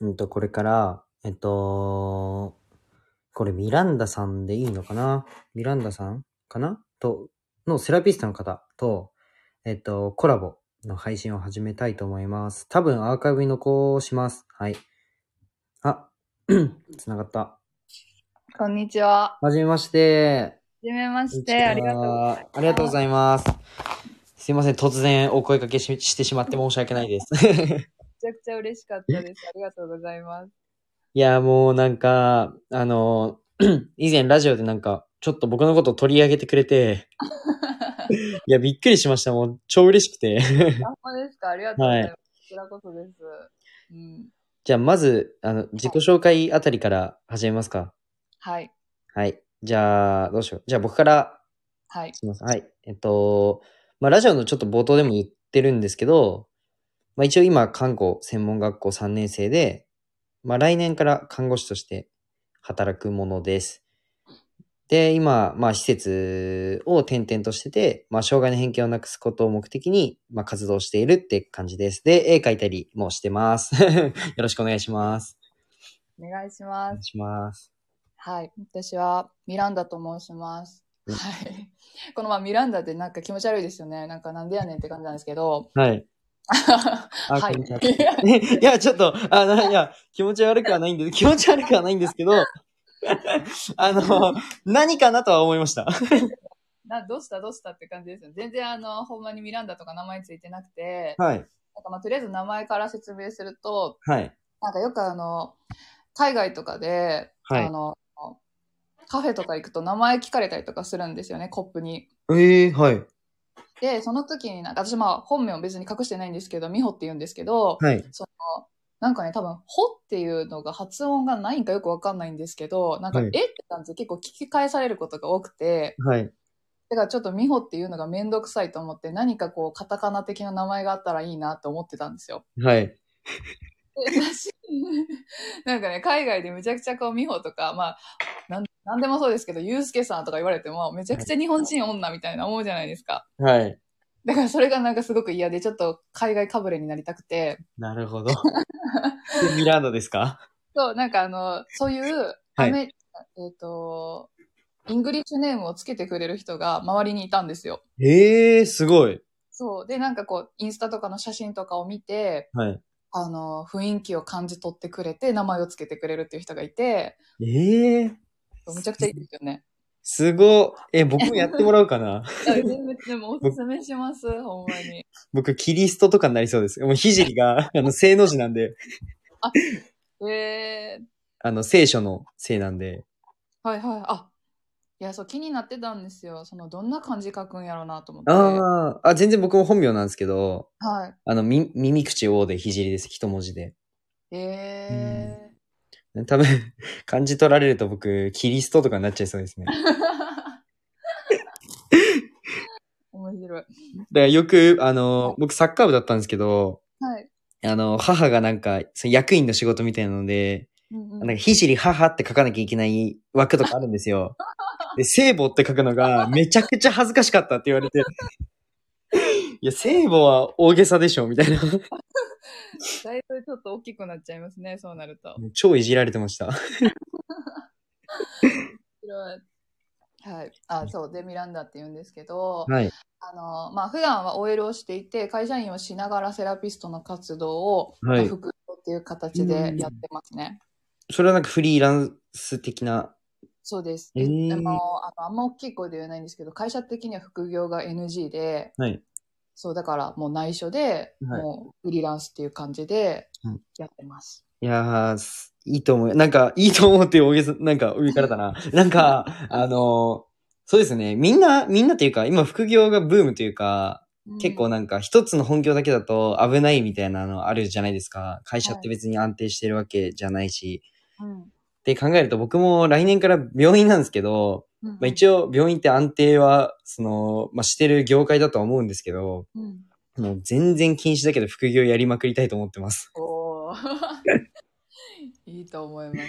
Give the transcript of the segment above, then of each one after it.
うんと、これから、えっと、これミランダさんでいいのかなミランダさんかなと、のセラピストの方と、えっと、コラボの配信を始めたいと思います。多分アーカイブに残します。はい。あ、 つながった。こんにちは。はじめまして。はじめまこんにしちて。はありがとうございます。ありがとうございます。すいません、突然お声掛けししてしまって申し訳ないです。めちゃくちゃ嬉しかったです。ありがとうござい ます。いや、もうなんか、あの、 以前ラジオでなんか、ちょっと僕のことを取り上げてくれて、いや、びっくりしました。もう、超嬉しくて。 あんまですかありがとうございます。こちらこそです。うん。じゃあ、まず、あの、自己紹介あたりから始めますか。はい。はい。じゃあ、どうしよう。じゃあ、僕からはい。します。はい。えっと、まあ、ラジオのちょっと冒頭でも言ってるんですけど、まあ、一応今、看護専門学校3年生で、まあ、来年から看護師として働くものです。で、今、まあ、施設を転々としてて、まあ、障害の偏見をなくすことを目的に、まあ、活動しているって感じです。で、絵描いたりもしてます。 よろしくお願いします。お願いしおま願いす。します。はい。私はミランダと申します。うんはい。このまあミランダってなんか気持ち悪いですよね。なんかなんでやねんって感じなんですけど。はい。あは。こんにちはい いや、ちょっと、あの、いや、気持ち悪くはないんです、気持ち悪くはないんですけ ど、あの、何かなとは思いました。などうしたどうしたって感じですよ。全然あの、ほんまにミランダとか名前ついてなくて、はい。なんかまあとりあえず名前から説明すると、はい。なんかよくあの、海外とかで、はいあの、カフェとか行くと名前聞かれたりとかするんですよね、コップに。ええはい。で、その時になんか、私まあ本名を別に隠してないんですけど、美穂って言うんですけど、はい。なんかね、多分、ほっていうのが発音がないんかよくわかんないんですけど、なんか、はいえって感じで結構聞き返されることが多くて、はい。だからちょっと美穂っていうのがめんどくさいと思って、何かこう、カタカナ的な名前があったらいいなと思ってたんですよ。はい。で私、なんかね、海外でめちゃくちゃこう、美穂とか、まあ、なん、なんでもそうですけど、ゆうすけさんとか言われても、めちゃくちゃ日本人女みたいな思うじゃないですか。はい。だからそれがなんかすごく嫌で、ちょっと海外かぶれになりたくて、なるほど。でミランドですかそう、なんかあの、そういう、はいアメえっ、と、イングリッシュネームをつけてくれる人が周りにいたんですよ。ええすごい。そう。で、なんかこう、インスタとかの写真とかを見て、はい。あの、雰囲気を感じ取ってくれて、名前をつけてくれるっていう人がいて、ええそうめちゃくちゃいいですよね。すごい。え、僕もやってもらうかな いや全然でもおすすめします、ほんまに。僕、キリストとかになりそうです。もう、ひじりが、あの、聖の字なんで、えー、あの、聖書の聖なんで。はいはい。あいや、そう、気になってたんですよ。その、どんな漢字書くんやろうなと思って。はああ、あ、全然僕も本名なんですけど、い。あの、み、耳口王でひじりです。一文字で。え多分、 漢字取られると僕、キリストとかになっちゃいそうです ね。だかー。面白い。らよく、あの、僕サッカー部だったんですけど、はい。あの、母がなんか、その役員の仕事みたいなので、うんうんなんか、ひじり母って書かなきゃいけない枠とかあるんですよ。で、聖母って書くのが、めちゃくちゃ恥ずかしかったって言わ れて、いや、聖母は大げさでしょ、みたいな。 だいぶちょっと大きくなっちゃいますね、そうなると。面超いじられてました。白い。はい。あ、そう。で、ミランダって言うんですけど、はい。あの、まあ、普段は OL をしていて、会社員をしながらセラピストの活動を、はい副業っていう形でやってますね。それはなんかフリーランス的な、そうです。えーでもあの、あんま大きい声で言えないんですけど、会社的には副業が NG で、はい。そう、だからもう内緒で、はいもうフリーランスっていう感じではいやってます。いやー、すいいと思う。なんか、いいと思うっていう大げさ、なんか、上からだ な。なんか、あのーそうですね。みんな、みんなというか、今、副業がブームというか、結構ね、なんか、一つの本業だけだと危ないみたいなのあるじゃないですか。会社っはてい別に安定してるわけじゃないし。うんって考えると、僕も来年から病院なんですけど、うんまあ、一応、病院って安定は、その、まあ、してる業界だとは思うんですけど、うんもう全然禁止だけど、副業やりまくりたいと思ってます。おー いいと思います。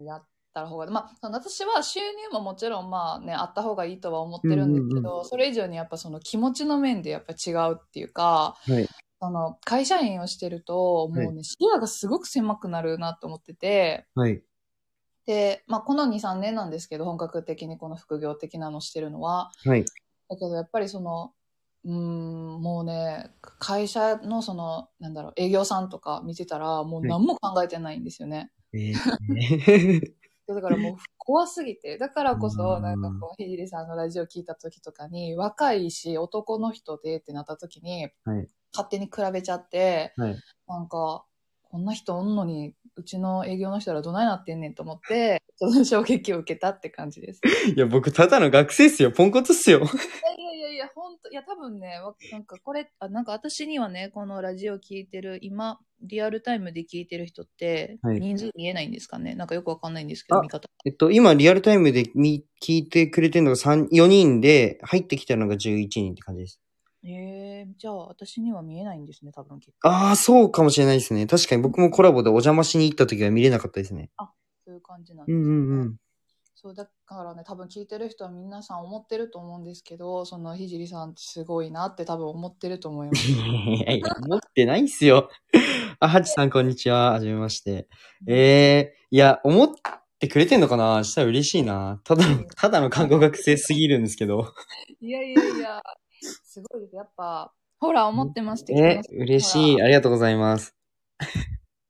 やった方が、まあ、その私は収入ももちろん、まあね、あった方がいいとは思ってるんですけど、うんうそれ以上にやっぱその気持ちの面でやっぱ違うっていうか、はいその、会社員をしてると、もうね、は視野がすごく狭くなるなと思ってて、はい。で、まあ、この2、3年なんですけど、本格的にこの副業的なのしてるのは、はい。だけどやっぱりその、うーん、もうね、会社のその、なんだろう、営業さんとか見てたら、もう何も考えてないんですよね。えーでだからもう怖すぎて、だからこそ、うんなんかこう、ひじりさんのラジオ聞いた時とかに、若いし、男の人でってなった時に、はい勝手に比べちゃって、はいなんか、こんな人おんのに、うちの営業の人らどないなってんねんと思って、ちょっと衝撃を受けたって感じです。いいや、僕、ただの学生っすよ。ポンコツっすよ。やいやいやいや、ほんと、いや多分ね、わなんかこれ、あなんか私にはね、このラジオ聞いてる、今、リアルタイムで聞いてる人って、はい人数見えないんですかね、なんかよくわかんないんですけど、あ見方。えっと、今、リアルタイムで見聞いてくれてるのが3、4人で、入ってきたのが11人って感じです。えー、じゃあ私には見えないんですね、多分きっと。ああ、そうかもしれないですね。確かに僕もコラボでお邪魔しに行った時は見れなかったですね。そういう感じなんうですんよねうんうん。そう、だからね、多分聞いてる人は皆さん思ってると思うんですけど、そのひじりさんってすごいなって多分思ってると思います。いやいや、 持ってないっすよ。あ、はちさん、こんにちは。はじめまして。 えー、いや、思ってくれてんのかなしたら嬉しいな。ただの、ただの看護学生すぎるんですけど。いやいやいや、すごいです。やっぱ、ほら、思ってますって聞きえまし、た嬉しい。ありがとうございます。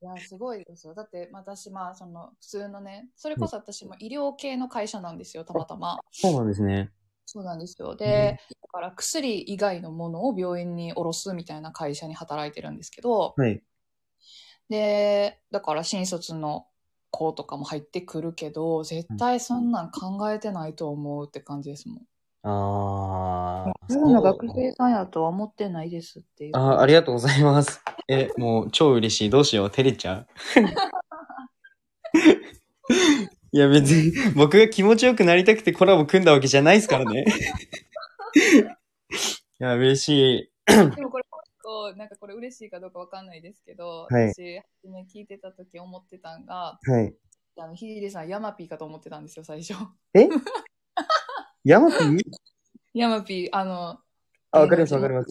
いや、すごいですよ。だって、私、まあ、その、普通のね、それこそ私も医療系の会社なんですよ、たまたま。そうなんですね。そうなんですよ。で、だから薬以外のものを病院に卸すみたいな会社に働いてるんですけど、はい。で、だから新卒の子とかも入ってくるけど、絶対そんなん考えてないと思うって感じですもん。あー。自分の学生さんやとは思ってないですっていう。あーありがとうございます。え、もう超嬉しい。どうしよう。照れちゃう。 いや別に僕が気持ちよくなりたくてコラボ組んだわけじゃないですからね。 いや、嬉しい。でもこれ、こうなんかこれ嬉しいかどうかわかんないですけど、はい私、初め聞いてた時思ってたんが、はい。あの、ひじりさん、ヤマピーかと思ってたんですよ、最初。 ヤマピーヤマピー、あの、あ、わかりますわかります。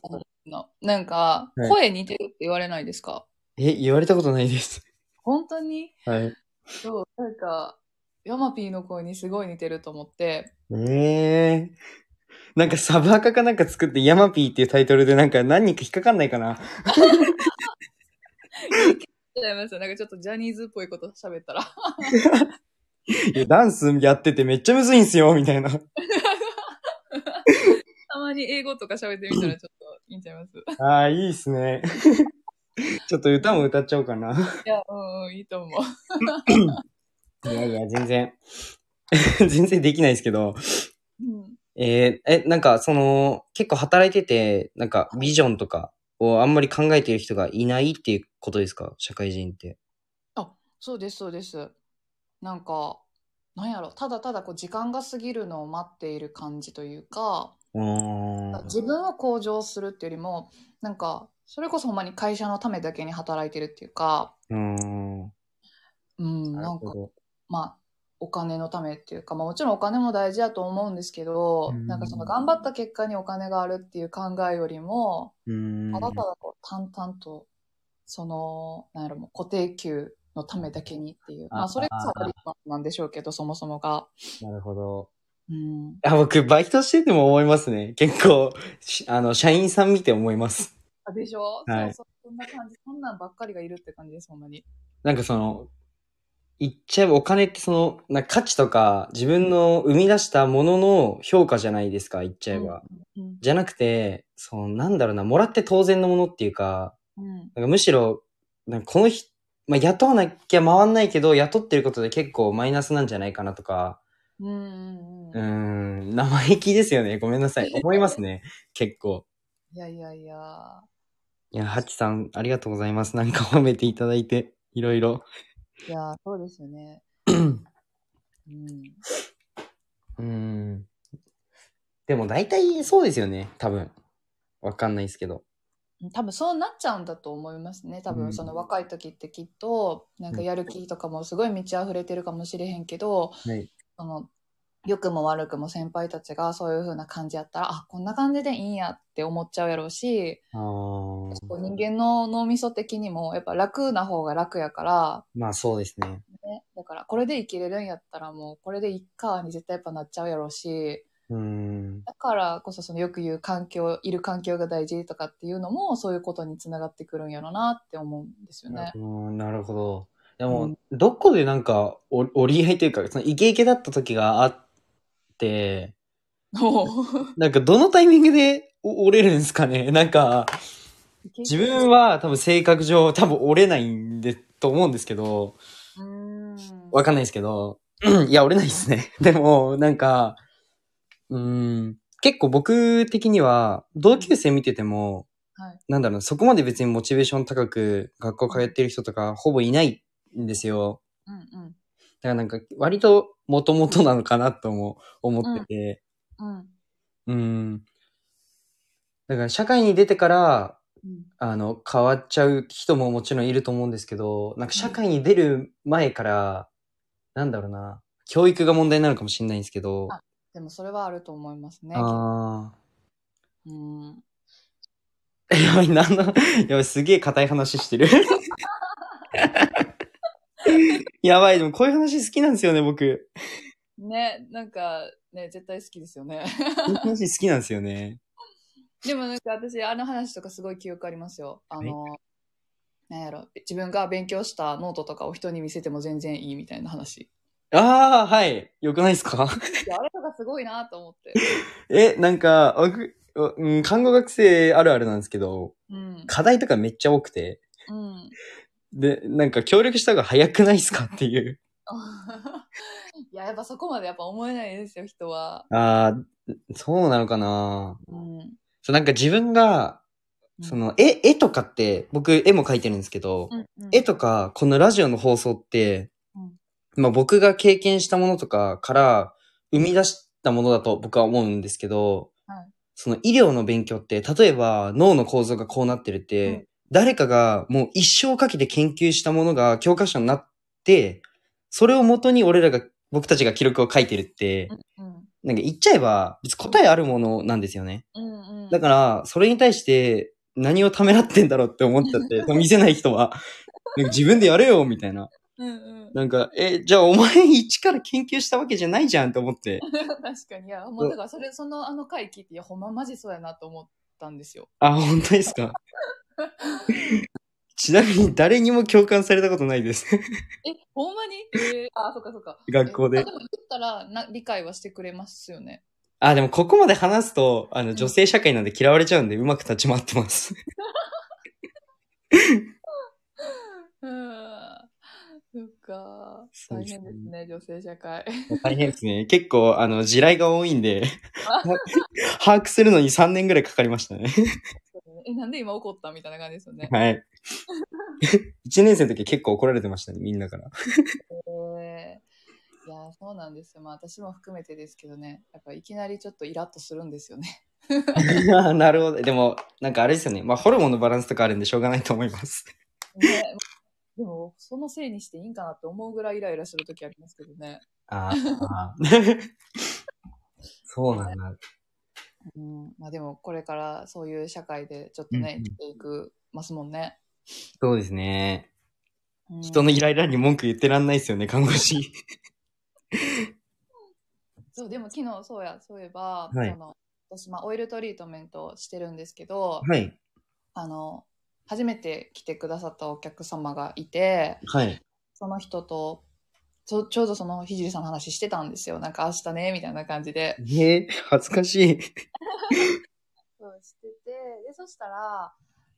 のなんか、はい声似てるって言われないですかえ、言われたことないです。本当にはい。そう、なんか、ヤマピーの声にすごい似てると思って、ええなんかサブアカかなんか作ってヤマピーっていうタイトルでなんか何人か引っかかんないかな。ちゃいますよ。なんかちょっとジャニーズっぽいこと喋ったら。 いやダンスやっててめっちゃむずいんすよ、みたいな。たまに英語とか喋ってみたらちょっといいんちゃいます ああ、いいっすね。ちょっと歌も歌っちゃおうかな。いや、うんうん、いいと思う。いやいや、全然。 全然できないですけど。うん、 えーえ、なんかその、結構働いてて、なんかビジョンとかをあんまり考えてる人がいないっていうことですか社会人って。あ、そうです、そうです。なんか、なんやろ、ただただこう時間が過ぎるのを待っている感じというか、うーん。自分を向上するっていうよりも、なんか、それこそほんまに会社のためだけに働いてるっていうか、うーん。うん、なるなんほか、ど。まあ、お金のためっていうか、まあもちろんお金も大事だと思うんですけど、うんなんかその頑張った結果にお金があるっていう考えよりも、うーん。ただただこう淡々と、その、なんやろ、もう固定給のためだけにっていう。まああ、それがサあラリーマンなんでしょうけど、そもそもが。なるほど。うん。あ、僕、バイトしてても思いますね。結構、しあの、社員さん見て思います。あでしょ、はいそうそう、そんな感じ。そんなんばっかりがいるって感じです、ほんまに。なんかその、言っちゃえばお金ってその、なんか価値とか自分の生み出したものの評価じゃないですか、言っちゃえば。うん。じゃなくて、その、なんだろうな、もらって当然のものっていうか、うん。なんかむしろ、なんかこの人、まあ、雇わなきゃ回んないけど、雇ってることで結構マイナスなんじゃないかなとか、うん。ううん。ーうんん、生意気ですよね。ごめんなさい。思いますね。結構。いやいやいや。いや、ハチさん、ありがとうございます。なんか褒めていただいて、いろいろ。いや、そうですよ ね。うん。うーん。でも大体そうですよね、多分。わかんないですけど。多分そうなっちゃうんだと思いますね。多うん分その若い時ってきっと、なんかやる気とかもすごい満ち溢れてるかもしれへんけど、はい。その、良くも悪くも先輩たちがそういう風な感じやったら、あ、こんな感じでいいんやって思っちゃうやろうし、ああ。結構人間の脳みそ的にも、やっぱ楽な方が楽やから、まあそうですね。ね、だからこれで生きれるんやったらもうこれでいっかに絶対やっぱなっちゃうやろうし、うん。だからこそそのよく言う環境、いる環境が大事とかっていうのもそういうことにつながってくるんやろなって思うんですよね。うん、なるほど。でも、うんどこでなんかお折り合いというか、そのイケイケだった時があって、もうなんかどのタイミングでお折れるんですかねなんか、自分は多分性格上多分折れないんで、と思うんですけど、うーん。わかんないですけど、いや、折れないですね。 でも、なんか、うん、結構僕的には、同級生見てても、はいなんだろう、そこまで別にモチベーション高く学校通ってる人とかほぼいないんですよ。うんだからなんか、割と元々なのかなとも思ってて、うん。うん。うん。だから社会に出てから、うんあの、変わっちゃう人ももちろんいると思うんですけど、なんか社会に出る前から、なんだろうな、教育が問題になるかもしれないんですけど、あでもそれはあると思いますね。あうん。ー。やばい、なんの、やばい、すげえ硬い話してる。やばい、でもこういう話好きなんですよね、僕。ね、なんかね、絶対好きですよね。こういう話好きなんですよね。でもなんか私、あの話とかすごい記憶ありますよ。あの、なんやろ、自分が勉強したノートとかを人に見せても全然いいみたいな話。ああ、はい。よくないですかいやあれとかすごいなと思って。え、なんか、僕、うん、看護学生あるあるなんですけど、うん。課題とかめっちゃ多くて、うん。で、なんか協力した方が早くないですかっていう。 いや、やっぱそこまでやっぱ思えないですよ、人は。ああ、そうなのかなうん。そう、なんか自分が、うんその、絵、絵とかって、僕、絵も描いてるんですけど、うんうん絵とか、このラジオの放送ってうん、まあ僕が経験したものとかから生み出したものだと僕は思うんですけどはい、その医療の勉強って、例えば脳の構造がこうなってるっうんて、誰かがもう一生かけて研究したものが教科書になって、それを元に俺らが、僕たちが記録を書いてるって、うん。なんか言っちゃえば、別に答えあるものなんですよね。うんうん。だから、それに対して、何をためらってんだろうって思っちゃ って、その見せない人は。なんか自分でやれよ、みたいな。うんうん。 なんか、え、じゃあお前一から研究したわけじゃないじゃんと思って。確かに。いや、もうだからそれ、そのあの回聞いて、いや、ほんまマジそうやなと思ったんですよ。あ、本当です か。ちなみに誰にも共感されたことないです。え、ほんまにえー、あ、そっかそっか。学校えあでで。も言ったらな、理解はしてくれますよね。あ、でもここまで話すと、あの、女性社会なんで嫌われちゃうんで、うまく立ち回ってます。うん。そっか。そう大です変ねですね、女性社会。 大変ですね。結構、あの、地雷が多いんで、 把握するのに3年ぐらいかかりましたね。え、なんで今怒ったみたいな感じですよね。はい。1年生の時結構怒られてましたね、みんなから。えーいや、そうなんですよ。まあ、私も含めてですけどね、やっぱいきなりちょっとイラッとするんです よね。なるほど。でも、なんかあれですよね。まあ、ホルモンのバランスとかあるんでしょうがないと思います。ねでも、そのせいにしていいんかなって思うぐらいイライラするときありますけどね。ああ。 そうなんだ。うん、まあでも、これからそういう社会でちょっとね、うんうん生きていくますもんね。そうですね。うん人のイライラに文句言ってらんないですよね、看護師。そう、でも昨日、そうや、そういえば、はいその私、まあ、オイルトリートメントをしてるんですけど、はい。あの、初めて来てくださったお客様がいて、はい。その人と、ちょちょうどそのひじりさんの話してたんですよ。なんか明日ね、みたいな感じで。ええ恥ずかしい。そうしてて、で、そしたら、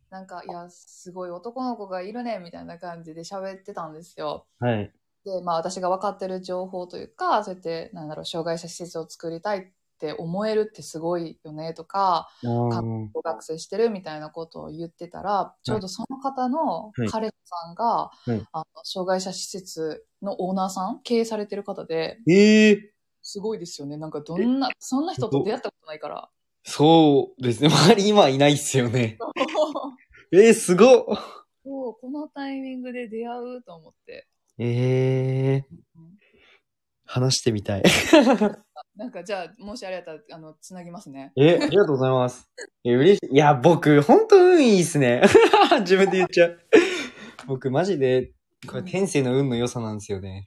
なんか、いや、すごい男の子がいるね、みたいな感じで喋ってたんですよ。はい。で、まあ私が分かってる情報というか、そうやって、なんだろう、障害者施設を作りたいって思えるってすごいよね、とか、あー学生してるみたいなことを言ってたら、ちょうどその方の彼氏さんが、いあの障害者施設のオーナーさん、経営されてる方で、ええすごいですよね。なんかどんな、そんな人と出会ったことな いから。そうですね。周り今いないっすよね。ええすごっそう、このタイミングで出会うと思って。ええ話してみたい。なんかじゃあ、もしあれやったら、あの、つなぎますね。え、ありがとうございます。え、嬉しい。いや、僕、ほんと運いいっすね。 自分で言っちゃう。僕、マジで、これ、天性の運の良さなんですよね。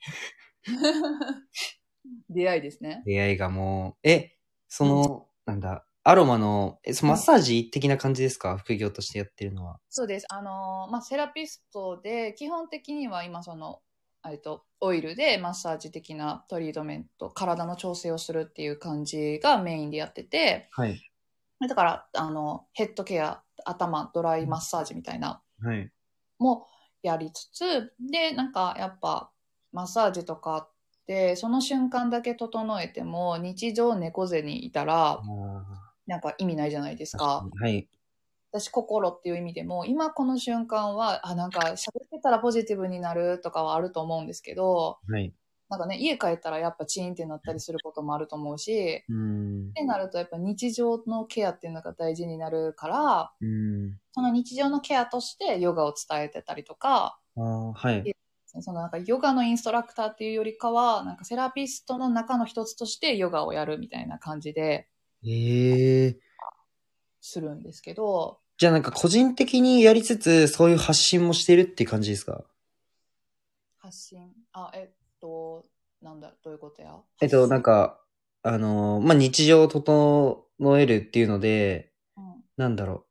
出会いですね。出会いがもう、え、その、なんだ、アロマの、え、そのマッサージ的な感じですか副業としてやってるのは。そうです。あのーまあ、セラピストで、基本的には今その、えっと、オイルでマッサージ的なトリートメント、体の調整をするっていう感じがメインでやってて、はい。だから、あの、ヘッドケア、頭、ドライマッサージみたいな、はい。もやりつつ、で、なんかやっぱ、マッサージとかって、その瞬間だけ整えても、日常猫背にいたら、なんか意味ないじゃないですか。はい。私心っていう意味でも今この瞬間はあなんか喋ってたらポジティブになるとかはあると思うんですけどはい。なんかね家帰ったらやっぱチーンってなったりすることもあると思うしうーんっ。てなるとやっぱ日常のケアっていうのが大事になるからうーん。その日常のケアとしてヨガを伝えてたりとかあーはい。そのなんかヨガのインストラクターっていうよりかはなんかセラピストの中の一つとしてヨガをやるみたいな感じでええするんですけどじゃあなんか個人的にやりつつ、そういう発信もしてるって感じですか発信あえっとなんだどういうことやえっと、なんか、あのーまあ、日常を整えるっていうので、うんなんだろ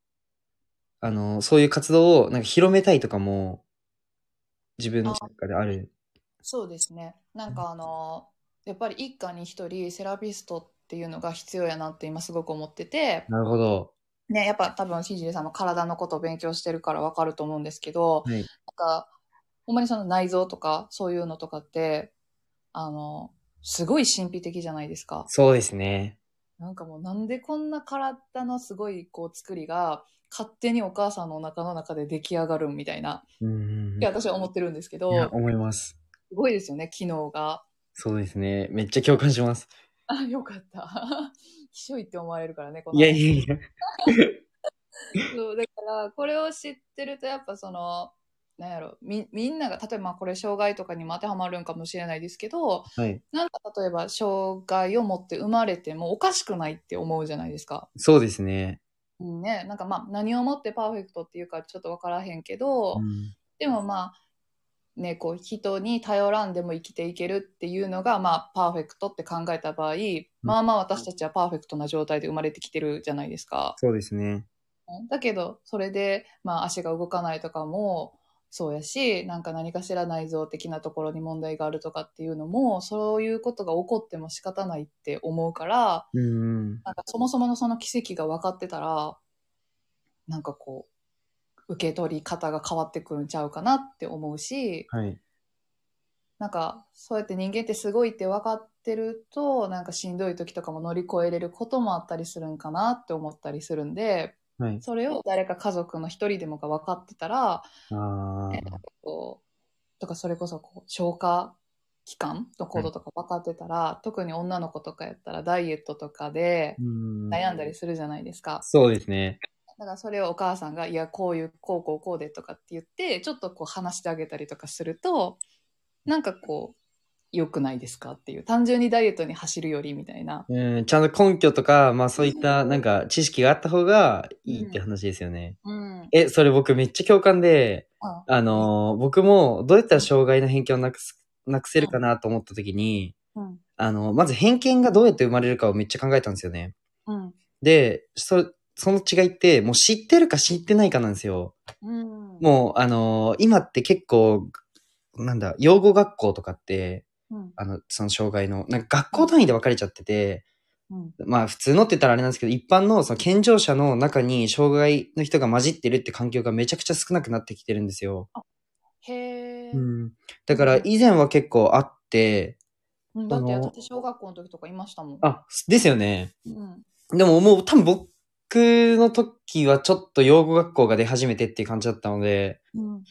う。あのーそういう活動をなんか広めたいとかも、自分の中である。そうですね。なんかあの、やっぱり一家に一人セラピストっていうのが必要やなって今すごく思ってて、なるほど。ね、やっぱ多分ひじりさんも体のことを勉強してるからわかると思うんですけど、はいなんか、ほんまにその内臓とかそういうのとかって、あの、すごい神秘的じゃないですか。そうですね。なんかもうなんでこんな体のすごいこう作りが勝手にお母さんのお腹の中で出来上がるみたいな、うんうんうん。って私は思ってるんですけどい、や思います。すごいですよね、機能が。そうですね。めっちゃ共感します。あ、よかった。 ひしょいって思われるからね、このいやいやいや。そうだから、これを知ってると、やっぱその、なんやろ、み、みんなが、例えばまあこれ障害とかにも当てはまるんかもしれないですけど、はい。なんか例えば障害を持って生まれてもおかしくないって思うじゃないですか。そうですね。うんね、なんかまあ何をもってパーフェクトっていうかちょっとわからへんけど、うんでもまあ、ね、こう人に頼らんでも生きていけるっていうのが、まあ、パーフェクトって考えた場合、まあまあ私たちはパーフェクトな状態で生まれてきてるじゃないですか。そうですね。だけど、それで、まあ足が動かないとかも、そうやし、なんか何かしら内臓的なところに問題があるとかっていうのも、そういうことが起こっても仕方ないって思うから、うんうん。なんかそもそものその奇跡が分かってたら、なんかこう、受け取り方が変わってくるんちゃうかなって思うし、はい。なんか、そうやって人間ってすごいって分かってると、なんかしんどい時とかも乗り越えれることもあったりするんかなって思ったりするんで、はい。それを誰か家族の一人でもが分かってたら、あえっととかそれこそこう消化器官のこととか分かってたら、特に女の子とかやったらダイエットとかで悩悩んだりするじゃないですか。そうですね。だからそれをお母さんが、いや、こういう、こうこうこうでとかって言って、ちょっとこう話してあげたりとかすると、なんかこう、良くないですかっていう。単純にダイエットに走るよりみたいな。うん、ちゃんと根拠とか、まあそういったなんか知識があった方がいいって話ですよね。うん。え、それ僕めっちゃ共感で、ああのー僕もどうやったら障害の偏見をなくす、なくせるかなと思った時に、うん。あの、まず偏見がどうやって生まれるかをめっちゃ考えたんですよね。うん。で、そ、その違いって、もう知ってるか知ってないかなんですよ。うん。もう、あのー今って結構、なんだ、養護学校とかって、うん。あの、その障害の、なんか学校単位で分かれちゃってて、うん。まあ普通のって言ったらあれなんですけど、一般のその健常者の中に障害の人が混じってるって環境がめちゃくちゃ少なくなってきてるんですよ。へえ。ん、だから以前は結構あって、うんだってあの私小学校の時とかいましたもん。あ、ですよね。うん。でももう多分僕の時はちょっと養護学校が出始めてっていう感じだったので、うん。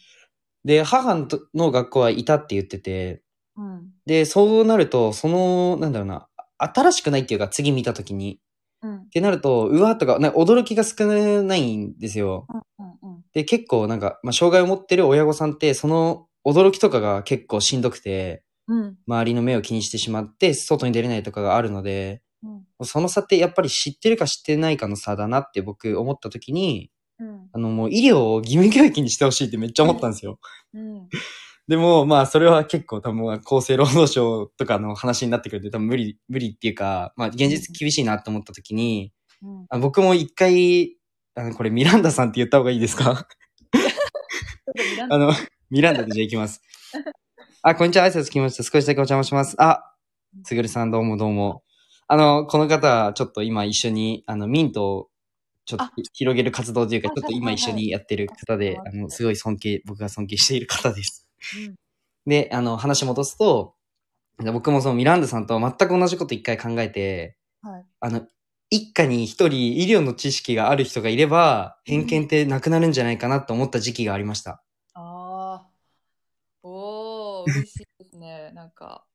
で、母のとの学校はいたって言ってて、うん。で、そうなると、その、なんだろうな、新しくないっていうか次見た時に、うんっ。てなると、うわーとか、なんか驚きが少ないんですよ。うん。うん。で、結構なんか、まあ、障害を持ってる親御さんって、その驚きとかが結構しんどくて、うん。周りの目を気にしてしまって、外に出れないとかがあるので、うん。その差ってやっぱり知ってるか知ってないかの差だなって僕思った時に、うん。あのもう医療を義務教育にしてほしいってめっちゃ思ったんですよ。うん。でもまあそれは結構多分厚生労働省とかの話になってくると多分無理、無理っていうか、まあ現実厳しいなって思った時に、うん。あ僕も一回、あのこれミランダさんって言った方がいいですかあの、ミランダでじゃあ行きます。あ、こんにちは。挨拶来ました。少しだけお邪魔します。あ、すぐるさんどうもどうも。あの、この方、ちょっと今一緒に、あの、ミントをちょっとあ広げる活動というか、はいちょっと今はいはい一緒にやってる方で、ああの、すごい尊敬、僕が尊敬している方です。うんで、あの、話戻すと、僕もそのミランダさんと全く同じこと一回考えて、はいあの、一家に一人医療の知識がある人がいれば、偏見ってなくなるんじゃないかなと思った時期がありました。ああ。おお、嬉しいですね。なんか。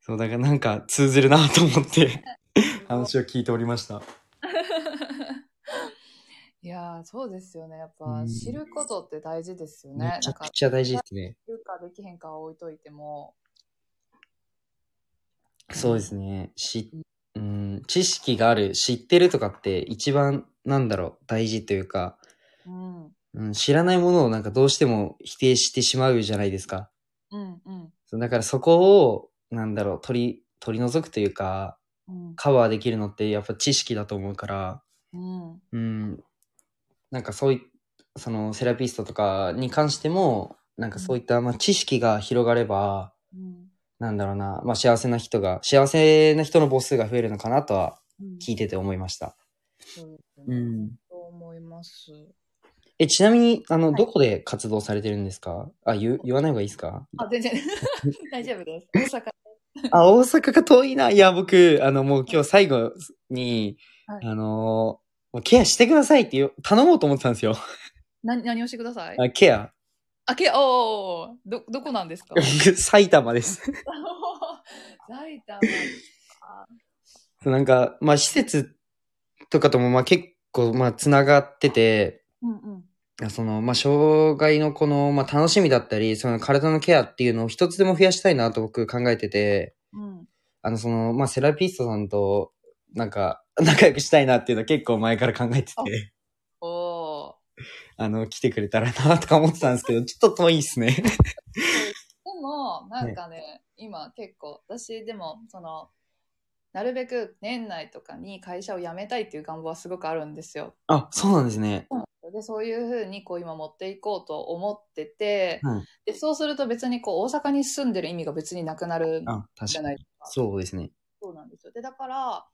そう、だからなんか通ずるなと思って 話を聞いておりました。いやーそうですよね。やっうぱん知ることって大事ですよめね。ちゃなんかくちゃ大事ですね。知るかできへんかは置いといても。そうですね。し、うん、知識がある、知ってるとかって一番なんだろう、大事というか、うん。うん、知らないものをなんかどうしても否定してしまうじゃないですか。うんうん。そうだからそこを、なんだろう、取り、取り除くというか、うんカバーできるのってやっぱ知識だと思うから、うん。うん、なんかそういそのセラピストとかに関してもなんかそういった、まあ、知識が広がればうん。なんだろうな、まあ、幸せな人が幸せな人の母数が増えるのかなとはうん聞いてて思いました、そうですねん、そう思います。えちなみにあの、はいどこで活動されてるんですかあ言 う言わない方がいいですかあ、 全然大丈夫です。大阪。あ大阪が遠いないや僕あのもう今日最後に、はいあのもうケアしてくださいってよ頼もうと思ってたんですよ。な何をしてくださいあケア。あけ、おーど、どこなんですか 僕、埼玉です。 埼玉。そうなんか、まあ、施設とかとも、まあ、結構、まあ、つながってて、うんうん。その、まあ、障害のこの、まあ、楽しみだったり、その体のケアっていうのを一つでも増やしたいなと僕考えてて、うん。あの、その、まあ、セラピストさんと、なんか、仲良くしたいなっていうのは結構前から考えてて、おーあの、来てくれたらなとか思ってたんです けど、ちょっと遠いっすね。でも、なんかね、今結構、私でも、その、なるべく年内とかに会社を辞めたいっていう願望はすごくあるんですよ。あ、そうなんですね。でそういうふうにこう今持っていこうと思ってて、うんでそうすると別にこう大阪に住んでる意味が別になくなるあ、確じかゃにな。いですか。そうですね。そうなんですよでだから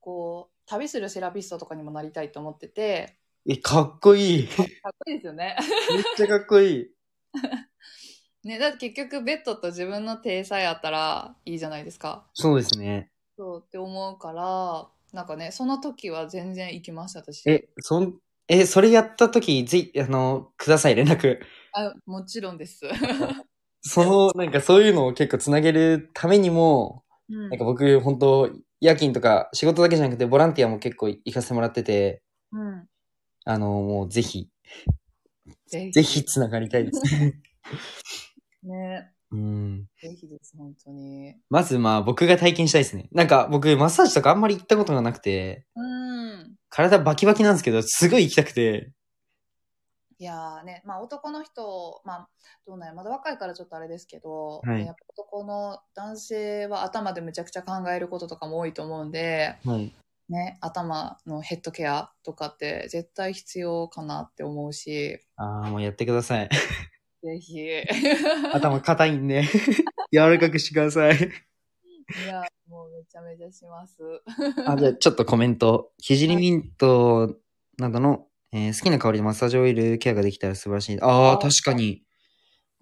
こう旅するセラピストとかにもなりたいと思っててえ、かっこいい。かっこいいですよね。めっちゃかっこいい。 ねだって結局ベッドと自分の手さえあったらいいじゃないですか。そうですね。そうって思うからなんかねその時は全然行きました私。え、そん、え、それやったとき、ぜい、あの、ください、連絡。あもちろんです。その、なんかそういうのを結構つなげるためにも、うんなんか僕、本当夜勤とか仕事だけじゃなくて、ボランティアも結構行かせてもらってて、うん、あの、もうぜひ、ぜぜひつながりたいですね。ねうん。ぜひです本当に。まずまあ僕が体験したいですね。なんか僕、マッサージとかあんまり行ったことがなくて、うん体バキバキなんですけど、すごい行きたくて。いやーね、まあ男の人、まあどうなんや、まだ若いからちょっとあれですけど、はいやっぱ男の男性は頭でむちゃくちゃ考えることとかも多いと思うんで、はい。ね、頭のヘッドケアとかって絶対必要かなって思うし、ああ、もうやってください。ぜひ。 い頭硬いんで、 柔らかくしてください。や、もうめちゃめちゃします。 あ、じゃあちょっとコメント。ひじりミントなどの、えー好きな香りでマッサージオイルケアができたら素晴らしい。ああ、あー確かに。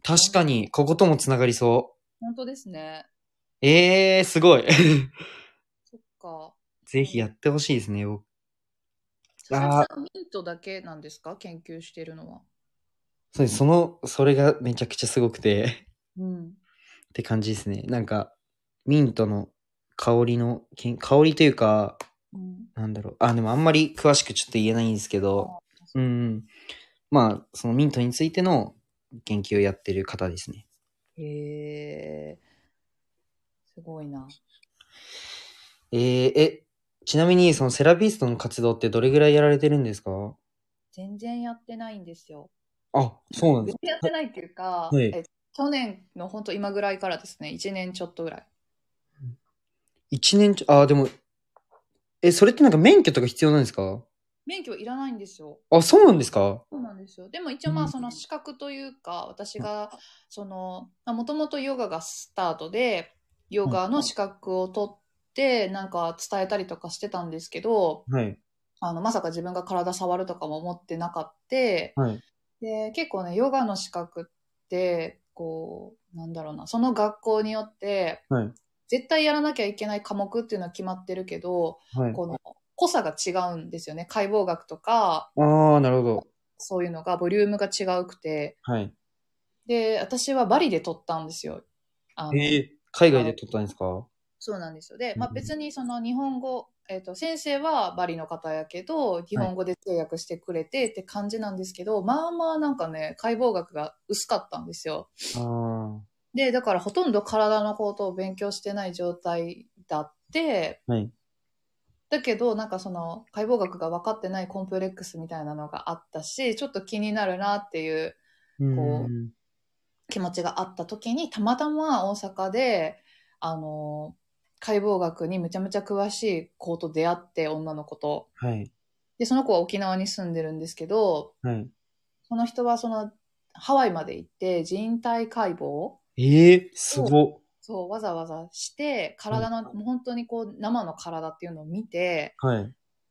確かに、ここともつながりそう。本当ですね。ええー、す ごい。そっか。ぜひやってほしいですね。僕佐々木さんミントだけなんですか研究してるのは。そうです。その、それがめちゃくちゃすごくて、 うん。って感じですね。なんか、ミントの香りの、けん香りというか、うん。なんだろう。あ、でもあんまり詳しくちょっと言えないんですけど、うん。まあ、そのミントについての研究をやってる方ですね。へえ。すごいな。えーえ、ちなみにそのセラピストの活動ってどれぐらいやられてるんですか全然やってないんですよ。あ、そうなんで全す。然やってないっていうか、はいえ去年の本当今ぐらいからですね、1年ちょっとぐらい。一年ちょ、あ、でも、え、それってなんか免許とか必要なんですか免許いらないんですよ。あ、そうなんですかそうなんですよ。でも一応まうあんその資格というか、私がその、もともとヨガがスタートで、ヨガの資格を取って、なんか伝えたりとかしてたんですけど、はい。あの、まさか自分が体触るとかも思ってなかって、はい。で、結構ね、ヨガの資格って、こう、なんだろうな、その学校によって、はい絶対やらなきゃいけない科目っていうのは決まってるけど、はい。この、濃さが違うんですよね。解剖学とか、ああ、なるほど。そういうのが、ボリュームが違うくて。はい。で、私はバリで取ったんですよ。あのえー、海外で取ったんですかそうなんですよ。で、まあうん別にその日本語、えっ、と、先生はバリの方やけど、日本語で通訳してくれてって感じなんですけど、まあまあなんかね、解剖学が薄かったんですよ。ああ。で、だからほとんど体のことを勉強してない状態だって、はいだけど、なんかその解剖学が分かってないコンプレックスみたいなのがあったし、ちょっと気になるなっていううん。気持ちがあった時にたまたま大阪であの解剖学にむちゃむちゃ詳しい子と出会って女の子とはい。でその子は沖縄に住んでるんですけどはい。その人はそのハワイまで行って人体解剖ええー、すごっ。そうわざわざして体の、もう本当にこう生の体っていうのを見てはい。っ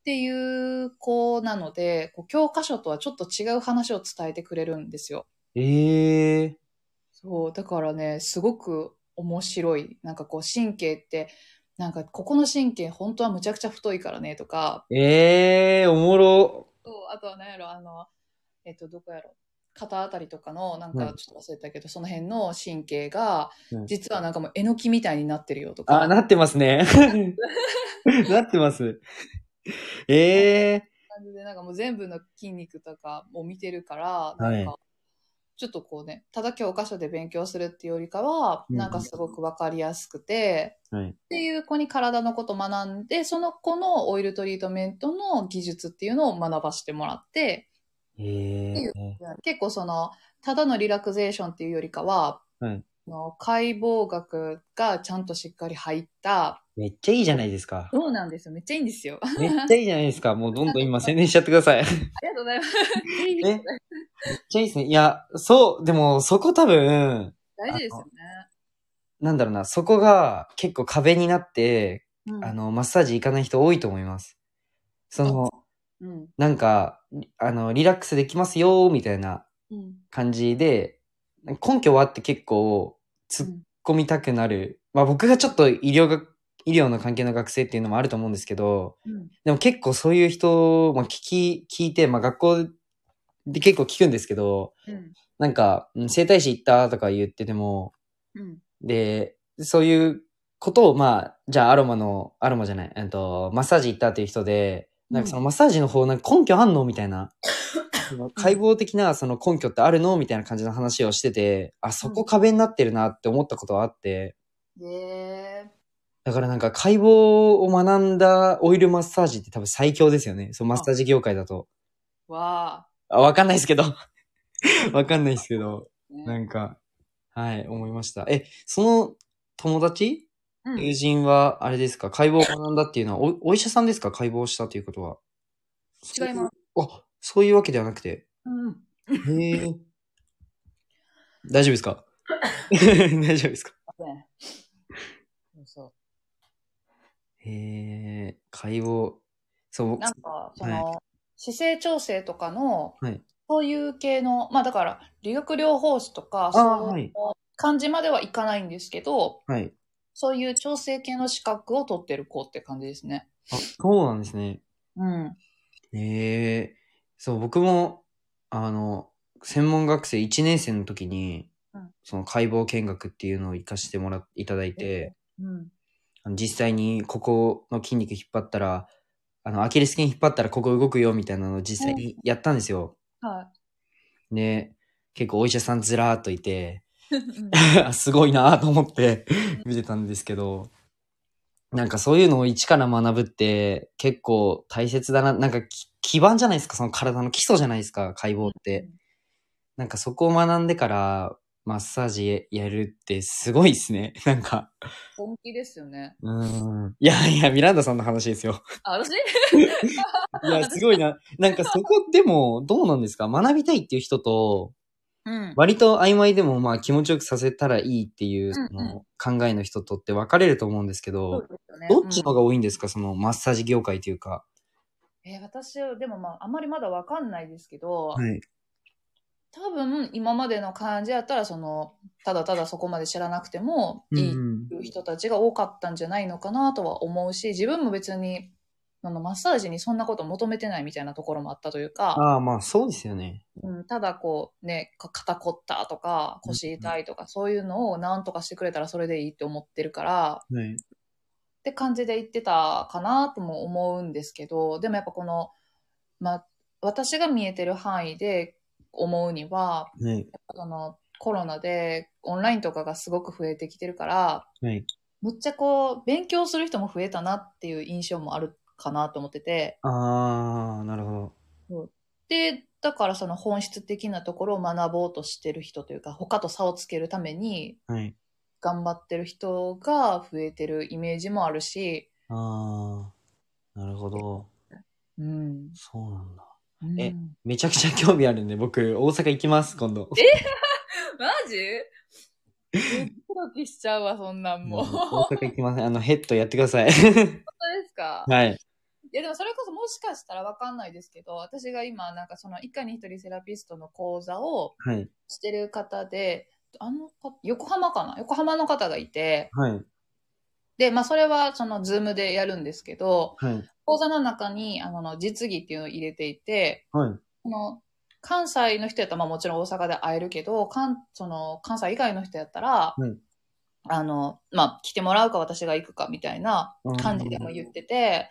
ていう子なのでこう教科書とはちょっと違う話を伝えてくれるんですよ。ええそう、だからね、すごく面白い。なんかこう、神経って、なんかここの神経本当はむちゃくちゃ太いからね、とか、ー、ええー、おもろ。そうあとは何やろ、あの、えっと、どこやろ、肩あたりとかの、なんうかんちょっと忘れたけど、その辺の神経がうん、実はなんかもうえのきみたいになってるよとか、あ、なってますね。 なってます。ええ感じで、なんかもう全部の筋肉とかも見てるから、はいなんか、ちょっとこうね、ただ教科書で勉強するっていうよりかは、うんなんかすごくわかりやすくて、ー。はい。っていう子に体のことを学んで、その子のオイルトリートメントの技術っていうのを学ばせてもらって、ええ結構その、ただのリラクゼーションっていうよりかは、はいあの解剖学がちゃんとしっかり入った、めっちゃいいじゃないです か。そうなんですよ。めっちゃいいんですよ。あ めっちゃいいじゃないですか。もうどんどん今宣伝しちゃってください。めっりがとうございます。 えちゃいいですね。いや、そう、でもそこ多分、大事ですよね。なんだろうな、そこが結構壁になって、うんあ、の、マッサージ行かない人多いと思います。その、うん。なんか、あの、リラックスできますよ、みたいなうん。感じで、根拠はあって結構突っ込みたくなる。まあ僕がちょっと医療が、医療の関係の学生っていうのもあると思うんですけど、うん。でも結構そういう人、まあ聞き、聞いて、まあ学校で結構聞くんですけど、うん。なんか、うん整体師行ったとか言ってても、うん。で、そういうことを、まあ、じゃあアロマの、アロマじゃない、えっと、マッサージ行ったっていう人で、なんかそのマッサージの方、なんか根拠あんのみたいな。その解剖的なその根拠ってあるのみたいな感じの話をしてて、あ、そこ壁になってるなって思ったことはあって、で、だからなんか解剖を学んだオイルマッサージって多分最強ですよね。そのマッサージ業界だと。わあ、わかんないですけど。 わかんないですけど。ー、ねなんか、はい、思いました。え、その友達うん友人は、あれですか、解剖を学んだっていうのは、おお医者さんですか解剖したということは。。違いますあ、そういうわけではなくて。うん。へえ。大丈夫です か大丈夫ですかねそうそう。へえ、解剖。そう、僕なんか、その、姿勢調整とかの、はいそういう系の、まあだから、理学療法士とか、あーそういう感じまではいかないんですけど、はい。そういう調整系の資格を取ってる子って感じですね。あ、そうなんですね。うん。へえ。そう、僕も、あの、専門学生1年生の時に、うんその解剖見学っていうのを活かしてもらいただいて、うん。あの実際にここの筋肉引っ張ったら、あの、アキレス腱引っ張ったらここ動くよみたいなのを実際にやったんですよ。はで、結構お医者さんずらーっといて、 すごいなと思って見てたんですけど、なんかそういうのを一から学ぶって結構大切だな。なんかき基盤じゃないですか、その体の基礎じゃないですか、解剖って。なんかそこを学んでからマッサージやるってすごいですね。なんか、 本気ですよね。うーん。いやいや、ミランダさんの話ですよ。あ、私い や、すごいな。なんかそこでもどうなんですか学びたいっていう人と、 うん。 割と曖昧でもまあ気持ちよくさせたらいいっていうそうんうんの考えの人とって分かれると思うんですけど、そうですよね。どっちの方うが多いんですかそのマッサージ業界というか。んえー私、でもまあ、あんまりまだわかんないですけど、はい。多分、今までの感じやったら、その、ただただそこまで知らなくてもいいっうんていう人たちが多かったんじゃないのかなとは思うし、自分も別に、あのマッサージにそんなこと求めてないみたいなところもあったというか、ああ、まあそうですよね。うん、ただこうね、か肩凝ったとか腰痛いとかそういうのをなんとかしてくれたらそれでいいって思ってるから、はい。って感じで言ってたかなとも思うんですけどでもやっぱこの、まあ、私が見えてる範囲で思うにははい。あのコロナでオンラインとかがすごく増えてきてるからはい。むっちゃこう勉強する人も増えたなっていう印象もあるかなと思っててああ、なるほど。でだからその本質的なところを学ぼうとしてる人というか他と差をつけるためにはい。頑張ってる人が増えてるイメージもあるし、ああ、なるほど。うん、そうなんだ。うえんめちゃくちゃ興味あるんで、僕、大阪行きます、今度。えマジドキドキしちゃうわ、そんなんもう。本大阪行きません。あの、ヘッドやってくだ さい。当ですか、い、はい。や、でもそれこそもしかしたらわかんないですけど、私が今、なんかその、一家に一人セラピストの講座をはい。してる方で、あの方、横浜かな横浜の方がいて、はい。で、まあそれはその、ズームでやるんですけど、はい。講座の中に、あの、実技っていうのを入れていて、はい。この、関西の人やったら、まあもちろん大阪で会えるけど、関、その、関西以外の人やったら、うんあの、まあ、来てもらうか私が行くかみたいな感じでも言ってて、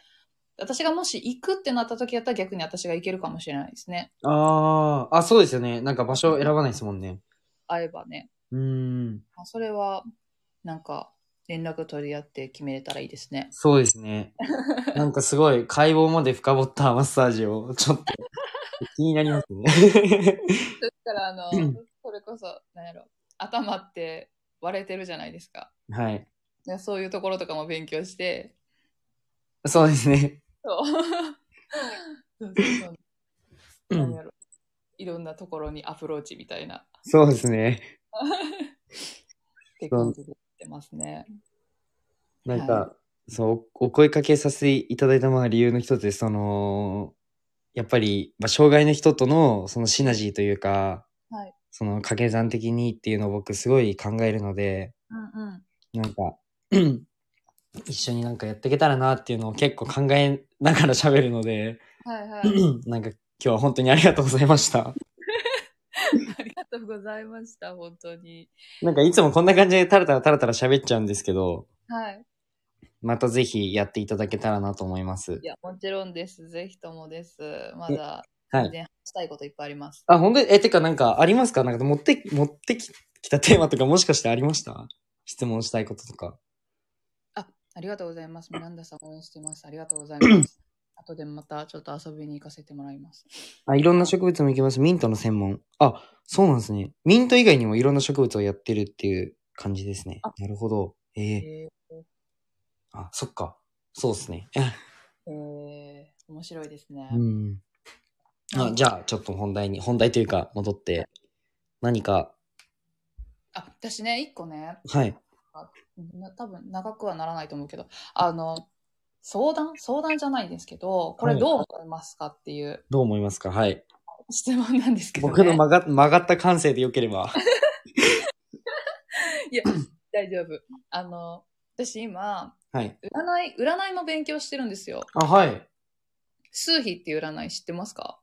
私がもし行くってなった時やったら逆に私が行けるかもしれないですね。ああ、あ、そうですよね。なんか場所を選ばないですもんね。会えばね。うーん。まあそれは、なんか、連絡取り合って決めれたらいいですね。そうです ね。なんかすごい解剖まで深掘ったマッサージをちょっと気になります ね。そしたら、あのうん、それこそ、なんやろ、頭って割れてるじゃないですか。はい。でそういうところとかも勉強して、そうですね。 そう。そうそうそううんなんやろいろんなところにアプローチみたいな。 そうですね。って感じでやってますね。なんか、はそう、お声かけさせていただいたまあ理由の一つで、その、やっぱり、まあ、障害の人とのそのシナジーというか、はいその掛け算的にっていうのを僕すごい考えるので、うんうん。なんか、 うん一緒になんかやっていけたらなっていうのを結構考えながら喋るので、はいは うい。んなんか今日は本当にありがとうございました。ありがとうございました、本当に。なんかいつもこんな感じでタラタラタラタラ喋っちゃうんですけど、はい。またぜひやっていただけたらなと思いますい。や、もちろんです。ぜひともです。まだ、は全い。然話したいこといっぱいあります。あ、本当にえ、てかなんかありますかなんか持って、持ってききたテーマとかもしかしてありました質問したいこととか。あ、ありがとうございます。ミランダさん応援してます。ありがとうござい ます。後でまたちょっと遊びに行かせてもらいます。あ、いろんな植物もいけます。ミントの専門。あ、そうなんですね。ミント以外にもいろんな植物をやってるっていう感じですねあ。なるほど。えええあ、そっか。そうですね。ー、えー面白いですね。うん。あ、じゃあ、ちょっと本題に、本題というか、戻って、何か、あ、私ね、一個ね、はい。な多分長くはならないと思うけど、あの、相談相談じゃないんですけど、これどう思いますかっていうどう思いますかはい。質問なんですけど、ね。僕の曲が曲がった感性で良けれ ば。いや、大丈夫。あの、私今、はい。占い、占いの勉強してるんですよ。あ、はい。数比っていう占い知ってますか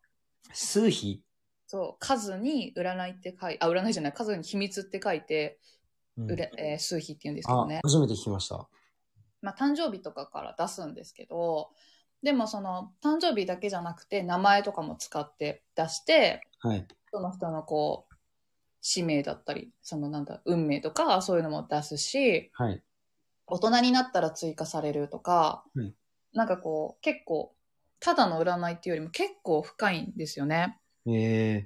数比そう、数に占いって書いあ、占いじゃない、数に秘密って書いて、うんうれえー数比って言うんですけあどね、。初めて聞きました。まあ、誕生日とかから出すんですけど、でもその、誕生日だけじゃなくて、名前とかも使って出して、はい。その人のこう、使命だったり、そのなんだ、運命とか、そういうのも出すし、はい。大人になったら追加されるとか、うんなんかこう、結構、ただの占いっていうよりも結構深いんですよね。えー。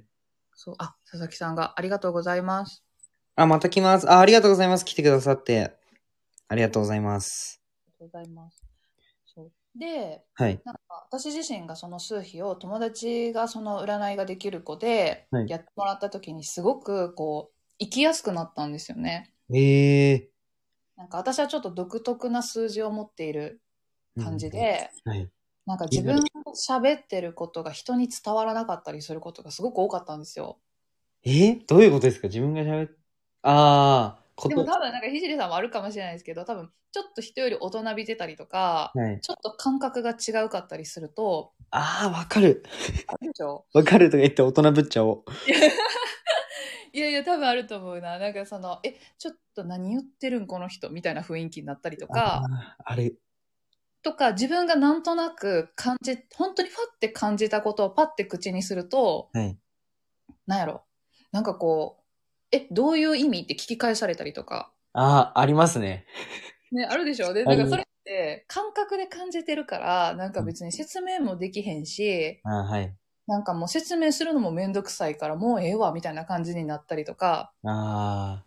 そう、あ、佐々木さんがありがとうございます。あ、また来ます。あ、ありがとうございます。来てくださって。ありがとうございます。ありがとうございます。そうで、はい。なんか私自身がその数秘を友達がその占いができる子ではいやってもらった時にすごくこう生きやすくなったんですよね。ええなんか私はちょっと独特な数字を持っているー。感じ。で、はい。なんか自分が喋ってることが人に伝わらなかったりすることがすごく多かったんですよ。えー、どういうことですか自分が喋っ、ああ、こでとも。多分なんかひじりさんもあるかもしれないですけど多分ちょっと人より大人びてたりとかはい。ちょっと感覚が違うかったりするとああ、わかる。あるでしょわかるとか言って大人ぶっちゃおう。いやいや、多分あると思うな。なんかその、え、ちょっと何言ってるんこの人みたいな雰囲気になったりとか、あーあれ。とか自分がなんとなく感じ、本当にファって感じたことをパって口にすると、はい。なんやろ。なんかこう、え、どういう意味って聞き返されたりとか。ああ、ありますね。ね、あるでしょで、あなるんかそれって感覚で感じてるから、なんか別に説明もできへんし、ああ、はい。なんかもう説明するのもめんどくさいから、もうええわ、みたいな感じになったりとか、あ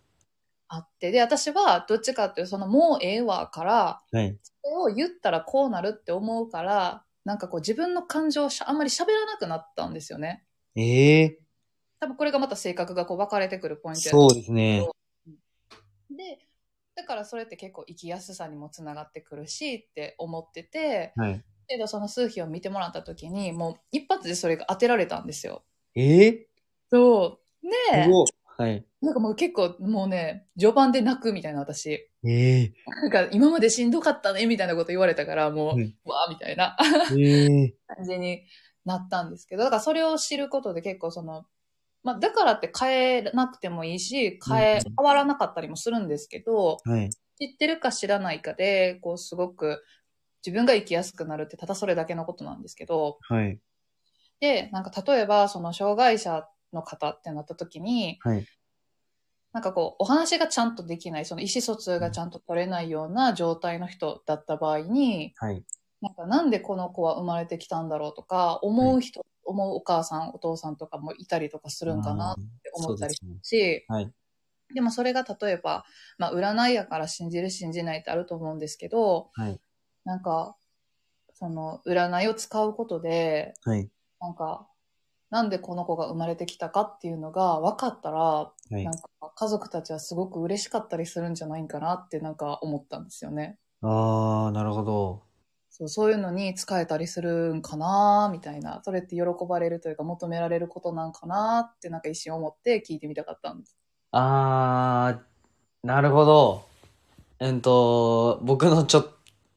あって、で、私はどっちかっていうと、そのもうええわから、あ、はい。それを言ったらこうなるって思うから、なんかこう自分の感情をしゃあんまり喋らなくなったんですよね。ええ多分これがまた性格がこう分かれてくるポイントやと思そうですね。うで、だからそれって結構生きやすさにもつながってくるしって思ってて、はい。けどその数比を見てもらった時に、もう一発でそれが当てられたんですよ。ええそう。ー、ねすごい。はい。なんかもう結構もうね、序盤で泣くみたいな私。ええなんか今までしんどかったねみたいなこと言われたから、もう、うんわーみたいなー。ええ感じになったんですけど、だからそれを知ることで結構その、まあだからって変えなくてもいいし、変え、うん変わらなかったりもするんですけど、ー。はい。知ってるか知らないかで、こうすごく自分が生きやすくなるってただそれだけのことなんですけど、はい。で、なんか例えばその障害者の方ってなった時に、はいなんかこう、お話がちゃんとできない、その意思疎通がちゃんと取れないような状態の人だった場合に、はい。なんかなんでこの子は生まれてきたんだろうとか、思う人、思うお母さん、お父さんとかもいたりとかするんかなっあーて思ったりしそうですねたし、はい。でもそれが例えば、まあ占いやから信じる信じないってあると思うんですけど、はいなんか、その占いを使うことで、はい。なんか、なんでこの子が生まれてきたかっていうのが分かったら、はいなん。か家族たちはすごく嬉しかったりするんじゃないかなってなんか思ったんですよね。ああ、なるほど。そうそういうのに使えたりするんかなみたいな。それって喜ばれるというか求められることなんかなってなんか一瞬思って聞いてみたかったんです。ああ、なるほど。うんと、僕のちょっと、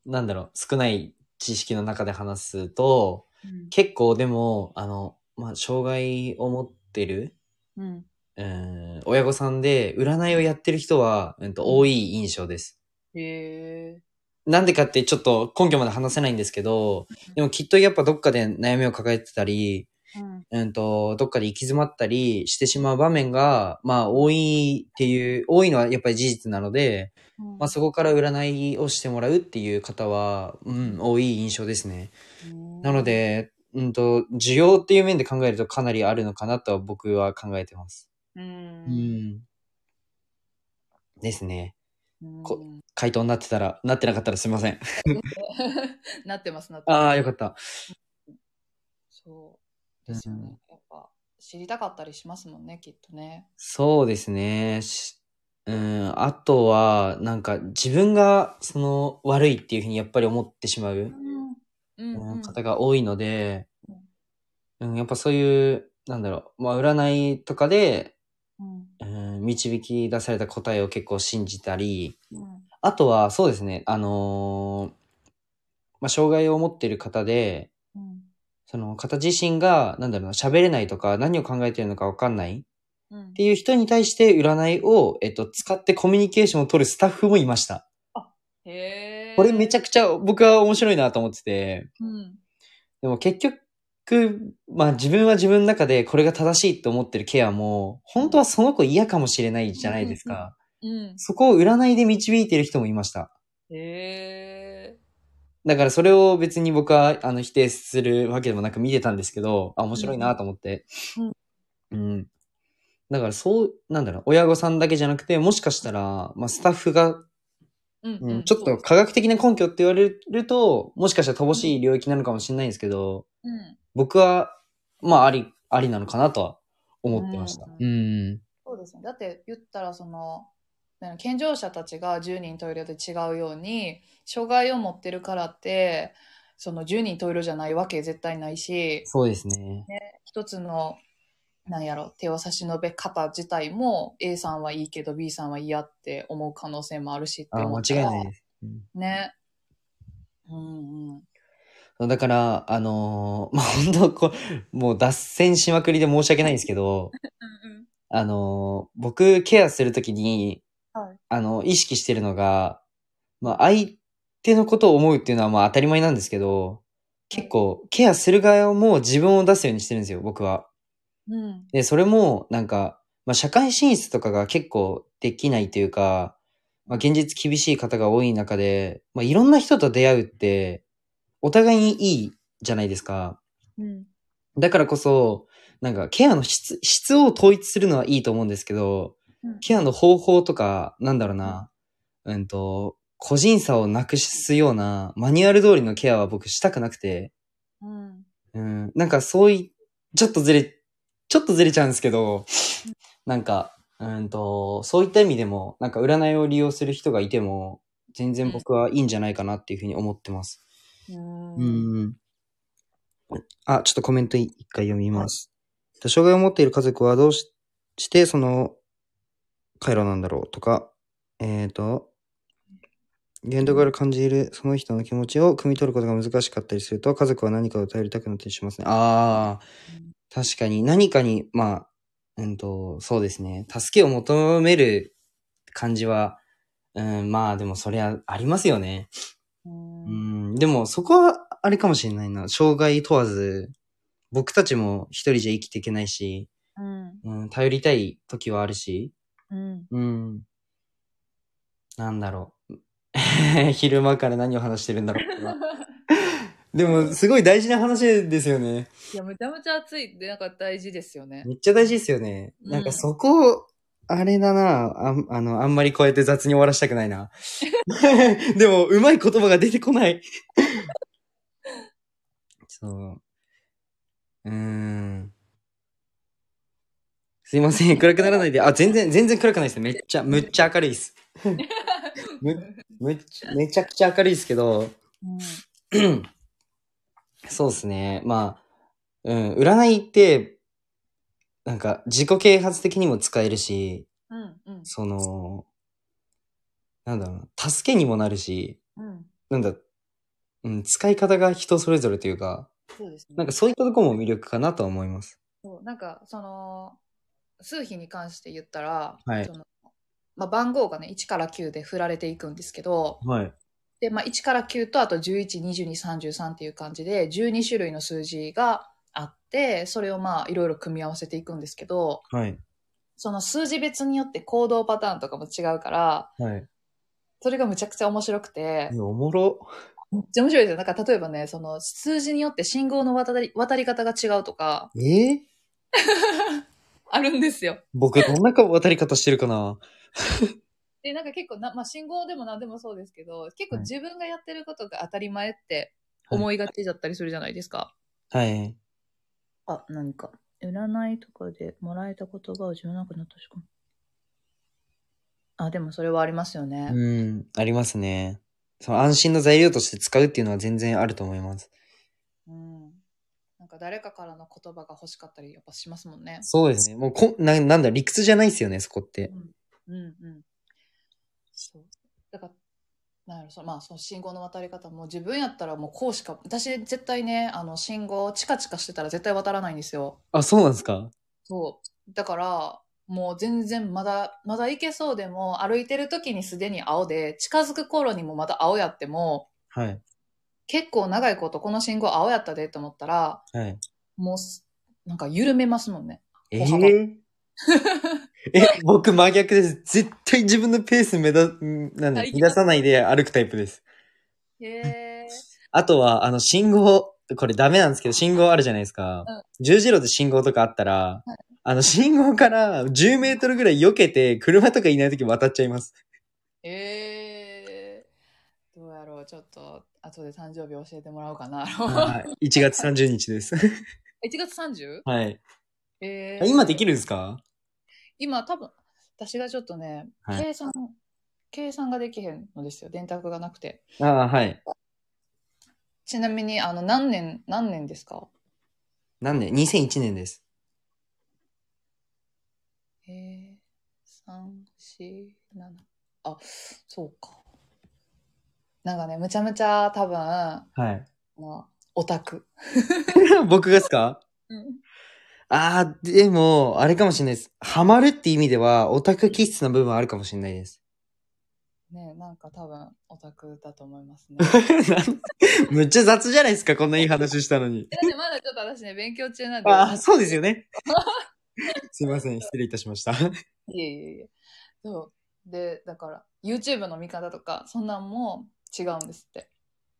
なんだろう、少ない知識の中で話すと、結構でも、あの、まあ、障害を持ってる、うん。うん、親御さんで、占いをやってる人は、うんと、多い印象です。へえ。なんでかってちょっと根拠まで話せないんですけど、でもきっとやっぱどっかで悩みを抱えてたり、うん。うんと、どっかで行き詰まったりしてしまう場面が、まあ多いっていう、多いのはやっぱり事実なので、まあそこから占いをしてもらうっていう方は、うん、多い印象ですね。なの。で、うんと、需要っていう面で考えるとかなりあるのかなとは僕は考えてます。う。うんん。ですね。うん こ回答になってたら、なってなかったらすいません。なってます、なってます。ああ、よかった。そう。ですよね。やっぱ、知りたかったりしますもんね、きっとね。そうですね。しうん、あとは、なんか自分がその悪いっていうふうにやっぱり思ってしまう、うん。うん、ううんん。方が多いのでうん、うん、やっぱそういう、なんだろう、まあ占いとかで、うん。うん、導き出された答えを結構信じたり、うん。あとはそうですね、あのーまあ障害を持っている方で、うん。その方自身が、なんだろうな、喋れないとか何を考えてるのかわかんないうんっていう人に対して占いを、えっと、使ってコミュニケーションを取るスタッフもいました。へえ。これめちゃくちゃ僕は面白いなと思ってて、うん。でも結局、く、まあ自分は自分の中でこれが正しいと思ってるケアも、本当はその子嫌かもしれないじゃないですか。うん。そこを占いで導いてる人もいました。へえ。だからそれを別に僕はあの否定するわけでもなく見てたんですけど、あ、面白いなと思って。うん。だからそう、なんだろう、親御さんだけじゃなくて、もしかしたら、まあスタッフが、うんうん、ちょっと。科学的な根拠って言われると、もしかしたら乏しい領域なのかもしれないんですけど、うん。僕は、まあ、あり、ありなのかなとは思ってました。う。うんそうですね。だって言ったらその、なんか健常者たちが10人トイレで違うように、障害を持ってるからって、その10人トイレじゃないわけ絶対ないし、そうですね。一つの、なんやろ、手を差し伸べ方自体も A さんはいいけど B さんは嫌って思う可能性もあるしってあ思間違ったいらないです。ね。うんうん。だから、あのーまあ、本当こう、もう脱線しまくりで申し訳ないんですけど、あのー僕、ケアするときに、はいあの、意識してるのが、まあ、相手のことを思うっていうのは、まあ、当たり前なんですけど、結構、ケアする側も自分を出すようにしてるんですよ、僕は。うん。で、それも、なんか、まあ、社会進出とかが結構できないというか、まあ、現実厳しい方が多い中で、まあ、いろんな人と出会うって、お互いにいいじゃないですか。うん。だからこそ、なんか、ケアの質、質を統一するのはいいと思うんですけど、うんケアの方法とか、なんだろうな、うんと、個人差をなくすような、マニュアル通りのケアは僕したくなくて、うん。うん、なんかそうい、ちょっとずれ、ちょっとずれちゃうんですけど、なんか、うんと、そういった意味でも、なんか占いを利用する人がいても、全然僕はいいんじゃないかなっていうふうに思ってます。うん。うん。あ、ちょっとコメントい一回読みます。障害を持っている家族はどうしして、その、回路なんだろうとか、えっ、と、言動から感じるその人の気持ちを汲み取ることが難しかったりすると、家族は何かを頼りたくなったりしますね。ああ、確かに何かに、まあ、うんと、そうですね。助けを求める感じは、うん、まあでもそれはありますよね。うんうん、でもそこはあれかもしれないな。障害問わず、僕たちも一人じゃ生きていけないし、うん。うん、頼りたい時はあるし、うん。うん。なんだろう。 昼間から何を話してるんだろう今。でも、すごい大事な話ですよね。いや、めちゃめちゃ暑いって、なんか大事ですよね。めっちゃ大事ですよね。うんなんかそこを、あれだなあん、あの、あんまりこうやって雑に終わらしたくない な。でも、うまい言葉が出てこない。そう。うーん。すいません。暗くならないで。あ、全然、全然暗くないですね。めっちゃ、むっちゃ明るい です。むむっちゃめちゃくちゃ明るいですけど、うん。 そうですね。まあ、うん、占いって、なんか自己啓発的にも使えるし、うん。うん。その、なんだろうな、助けにもなるし、うん。なんだ、うん、使い方が人それぞれというか、そうですね。なんかそういったとこも魅力かなとは思います。そうなんかその数比に関して言ったら、はいそのまあ、番号がね1から9で振られていくんですけどはい。で、まあ、1から9とあと112233っていう感じで12種類の数字があってそれをまあいろいろ組み合わせていくんですけどはい。その数字別によって行動パターンとかも違うからはい。それがむちゃくちゃ面白くていやおもろ。めっちゃ面白いですよなんか例えばねその数字によって信号の渡り渡り方が違うとかえーあるんですよ。僕どんな渡り方してるかなで、なんか結構な、まあ、信号でも何でもそうですけど、結は構い自分がやってることが当たり前って思いがちだったりするじゃないですか。はい。あ、何か。占いとかでもらえた言葉を自分の中に確かに。あ、でもそれはありますよね。うん、ありますね。その安心の材料として使うっていうのは全然あると思います。うん。なんか誰かからの言葉が欲しかったりやっぱしますもんね。そうですね。もうこ、ななんだ、理屈じゃないですよね、そこって。うんうん。そう。だから、なんやろ、そのまあ、その信号の渡り方も自分やったらもうこうしか、私絶対ね、あの、信号チカチカしてたら絶対渡らないんですよ。あ、そうなんですかそう。だから、もう全然まだ、まだ行けそうでも、歩いてる時にすでに青で、近づく頃にもまだ青やっても、はい。結構長いことこの信号青やったでって思ったら、はい。もうす、なんか緩めますもんね。え歩幅ーえ、僕真逆です。絶対自分のペース目だ、んなんだ、はい乱さないで歩くタイプです。へえ。あとは、あの、信号、これダメなんですけど、信号あるじゃないですか。うん十字路で信号とかあったら、あの、信号から10メートルぐらい避けて、車とかいないとき渡っちゃいます。 えー、どうやろうちょっと、後で誕生日教えてもらおうかな。はい。1月30日です。 1月 30? はい。えー、今できるんですか今多分、私がちょっとね、はい計算、計算ができへんのですよ。電卓がなくて。ああ、はい。ちなみに、あの、何年、何年ですか何年 ?2001 年です。えー、3、4、7。あ、そうか。なんかね、むちゃむちゃ多分、あ はい。のオタク。僕がですかああ、でも、あれかもしれないです。ハマるって意味では、オタク気質な部分はあるかもしれない です。ねなんか多分、オタクだと思います ね。むっちゃ雑じゃないですか、こんないい話したのに。だってまだちょっと私ね、勉強中なんで。ああ、そうですよね。 すいません、失礼いたしました。いえいえいえ。そう。で、だから、YouTube の見方とか、そんなんも違うんですって。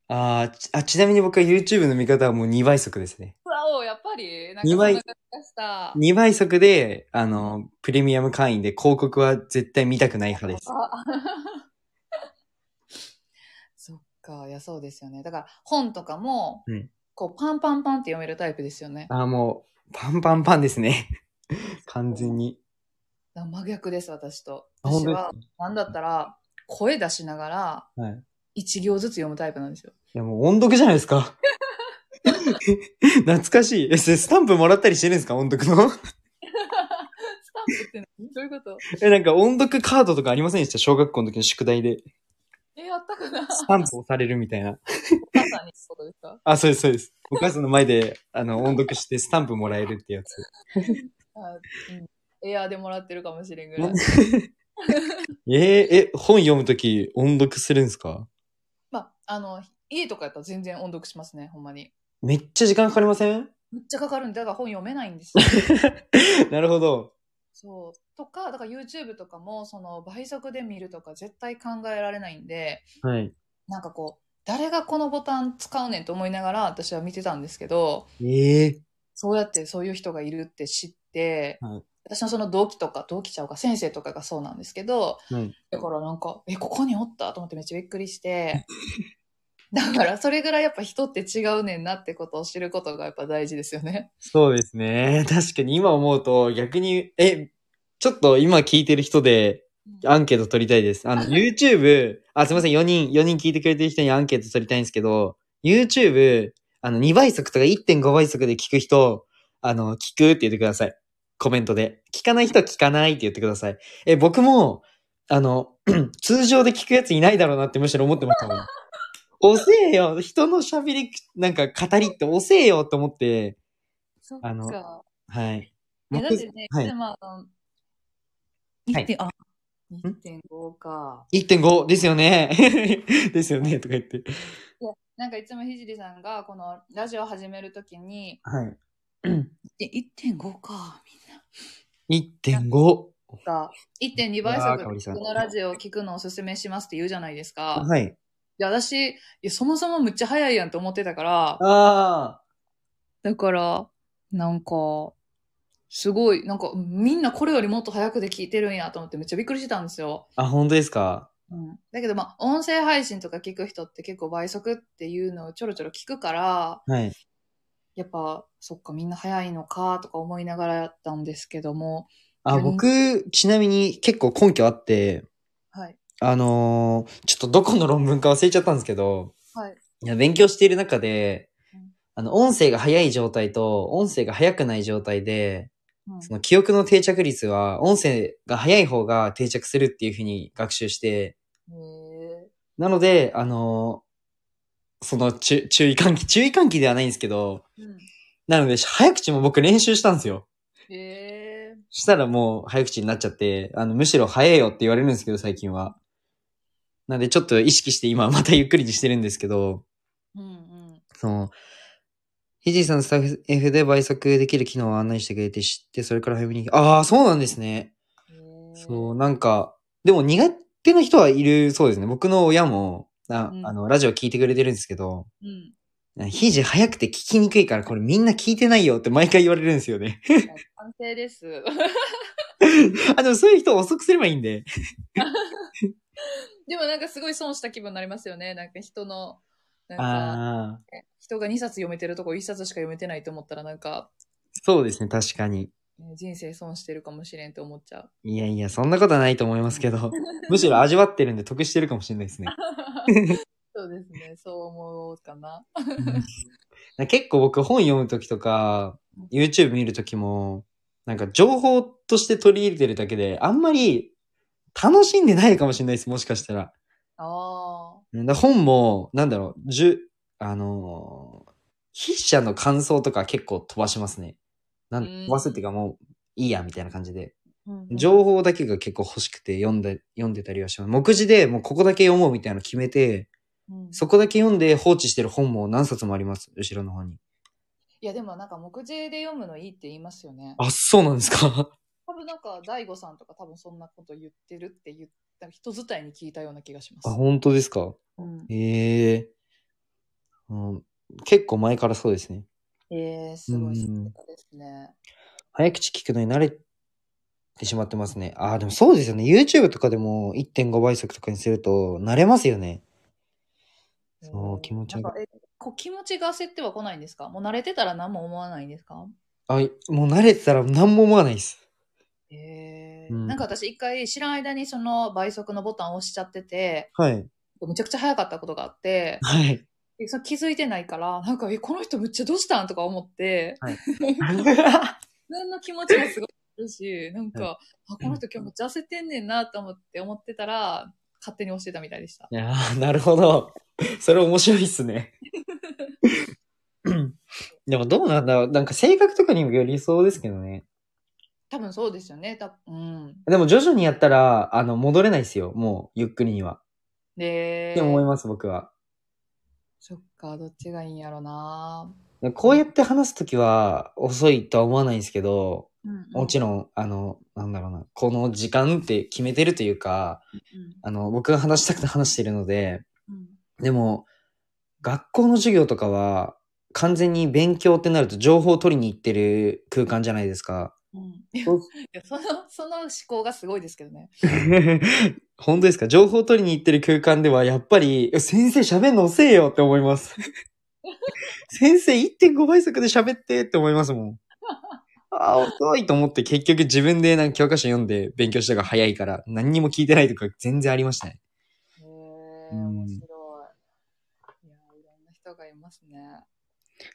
あーちあ、ちなみに僕は YouTube の見方はもう2倍速ですね。うわお、やっぱり、なんか二そん倍な感じがした。 2倍速で、あの、プレミアム会員で広告は絶対見たくない派です。あ そっか、いや、そうですよね。だから、本とかも、うんこう、パンパンパンって読めるタイプですよね。ああ、もう、パンパンパンですね。完全に。だから真逆です、私と。あ本私当ですはか、なんだったら、声出しながら、はい。一行ずつ読むタイプなんです よ。いや、もう音読じゃないですか。 懐かしい。え、それスタンプもらったりしてるんですか音読の スタンプって何どういうことえ、なんか音読カードとかありませんでした小学校の時の宿題で。え、やったかなスタンプ押されるみたいな。お母さんにってことですかあ、そうです、そうです。お母さんの前で、あの、音読してスタンプもらえるってやつ。あうんエアーでもらってるかもしれんぐらい。えー、え、本読むとき音読するんですかまあ、あの、家とかやったら全然音読しますね、ほんまに。めっちゃ時間かかりません むっちゃかかるんで、だから本読めないんですよ。なるほど。そう。とか、だから YouTube とかも、その倍速で見るとか絶対考えられないんで、はい。なんかこう、誰がこのボタン使うねんと思いながら私は見てたんですけど、ええそうやってそういう人がいるって知って、はい私のその同期とか、同期ちゃうか、先生とかがそうなんですけど、はいだからなんか、え、ここにおったと思ってめっちゃびっくりして、 だからそれぐらいやっぱ人って違うねんなってことを知ることがやっぱ大事ですよね。そうですね。確かに今思うと逆に、え、ちょっと今聞いてる人で、アンケート取りたいです。あの、YouTube、あ、すいません、4人、4人聞いてくれてる人にアンケート取りたいんですけど、YouTube、あの、2倍速とか1.5倍速で聞く人、あの、聞くって言ってください。コメントで。聞かない人は聞かないって言ってください。え、僕も、あの、 通常で聞くやついないだろうなってむしろ思ってましたもん。遅えよ人の喋り、なんか語りって遅えよと思って、そっあのか。はい。いやだ僕ってね、はいで。もあの、はい1.5、あ、1.5か。 1.5ですよね。 ですよね、とか言って。なんかいつもひじりさんが、このラジオ始めるときに、はい。で1.5か、 1.5。みんなが。1.2倍うわー速かおりさんこのラジオを聞くのをおすすめしますって言うじゃないですか。はい。で、私、いや、そもそもむっちゃ早いやんと思ってたから、あだから、なんか、すごい、なんか、みんなこれよりもっと早くで聞いてるんやと思ってめっちゃびっくりしてたんですよ。あ。あ、本当ですかうん、だけどまあ音声配信とか聞く人って結構倍速っていうのをちょろちょろ聞くからはい。やっぱそっかみんな早いのかとか思いながらやったんですけどもあ、うん僕、ちなみに結構根拠あって、はいあのーちょっとどこの論文か忘れちゃったんですけど、はいいや勉強している中でうん、あの、音声が早い状態と、音声が早くない状態で、うんその記憶の定着率は、音声が早い方が定着するっていうふうに学習して、へなので、あのその注注意喚起、注意喚起ではないんですけど、え、うん、なので、早口も僕練習したんですよ。へえしたらもう早口になっちゃって、あの、むしろ早いよって言われるんですけど、最近は。なんで、ちょっと意識して今またゆっくりにしてるんですけど、うんうんその、ひじいさんスタッフで倍速できる機能を案内してくれて知って、それから早めに。ああ、そうなんですね。う。そう、なんか、でも苦手な人はいるそうですね。僕の親も、あ,、うんあの、ラジオ聞いてくれてるんですけど、うん。ひじ早くて聞きにくいから、これみんな聞いてないよって毎回言われるんですよね。 完成です。 あ、でもそういう人遅くすればいいんで。でもなんかすごい損した気分になりますよね。なんか人の、なんか、ああ、人が2冊読めてるとこ1冊しか読めてないと思ったらなんか、そうですね、確かに。ね人生損してるかもしれんと思っちゃう。いやいや、そんなことはないと思いますけど、むしろ味わってるんで得してるかもしれないですね。 そうですね。そう思うかな。うん結構僕本読むときとか、YouTube 見るときも、なんか情報として取り入れてるだけで、あんまり楽しんでないかもしれないです、もしかしたら。ああ。うんだから本も、なんだろう、じゅ、あのー筆者の感想とか結構飛ばしますね。なんうん飛ばすっていうかもういいや、みたいな感じで。うんうん情報だけが結構欲しくて読んで、読んでたりはします。目次でもうここだけ読もうみたいなの決めて、うんそこだけ読んで放置してる本も何冊もあります、後ろの方に。いやでもなんか目次で読むのいいって言いますよね。あ、そうなんですか多分なんか大悟さんとか多分そんなこと言ってるって言った人伝いに聞いたような気がしま あ、す。本当ですかうん、ええうん。結構前からそうですね。えー、すごい素うん敵ですね。早口聞くのに慣れてしまってますね。ああ、でもそうですよね。YouTube とかでも1.5倍速とかにすると慣れますよね。そううん気持ちよなんかっかえこう気持ちが焦っては来ないんですかもう慣れてたら何も思わないんですかあ、いもう慣れてたら何も思わないです。えーうんなんか私一回知らん間にその倍速のボタンを押しちゃってて、はい。めちゃくちゃ早かったことがあって、 はい。でそれ気づいてないから、なんか、え、この人めっちゃどうしたんとか思って、 自分の気持ちもすごいあるし、なんか、あ、この人今日めっちゃ焦ってんねんなと思って思ってたら、勝手に押してたみたいでした。いやー なるほど。それ面白いっすね。でもどうなんだろう。なんか性格とかにもよりそうですけどね。多分そうですよね。たうん。でも徐々にやったら、あの、戻れないですよ。もう、ゆっくりには。で、って思います、僕は。そっか、どっちがいいんやろな。こうやって話すときは遅いとは思わないんですけど、うんもちろん、あの、なんだろうな、この時間って決めてるというか、あの、僕が話したくて話してるので、うん。うんでも、学校の授業とかは、完全に勉強ってなると情報を取りに行ってる空間じゃないです か。うん。 いやそういやその、その思考がすごいですけどね。本当ですか情報を取りに行ってる空間では、やっぱり、いや先生喋んの遅えよって思い ます。先生1.5倍速で喋ってって思いますもん。ああ、遅いと思って結局自分でなんか教科書読んで勉強した方が早いから、何にも聞いてないとか全然ありましたね。へえ、うん面白い。いや、いろんな人がいますね。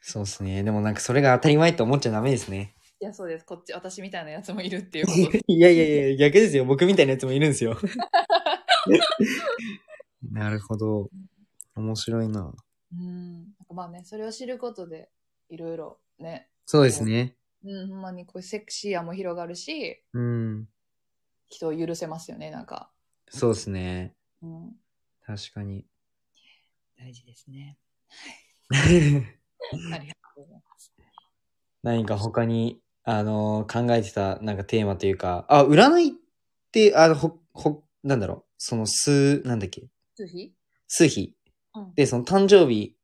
そうですね。でもなんかそれが当たり前って思っちゃダメですね。いや、そうです。こっち、私みたいなやつもいるっていう こと。いやいやいや、逆ですよ。僕みたいなやつもいるんですよ。 なるほど。面白いな。うん。なんかまあね、それを知ることで、いろいろね、そうですね。うん、ほんまにこうセクシーやも広がるし、うん。人を許せますよね、なんか。そうですね。うん。確かに。大事ですね。ありがとうございます。 何か他に、あのー考えてた、なんかテーマというか、あ、占いって、あの、ほ、ほ、なんだろう、その数、なんだっけ、数比数比。うんで、その誕生日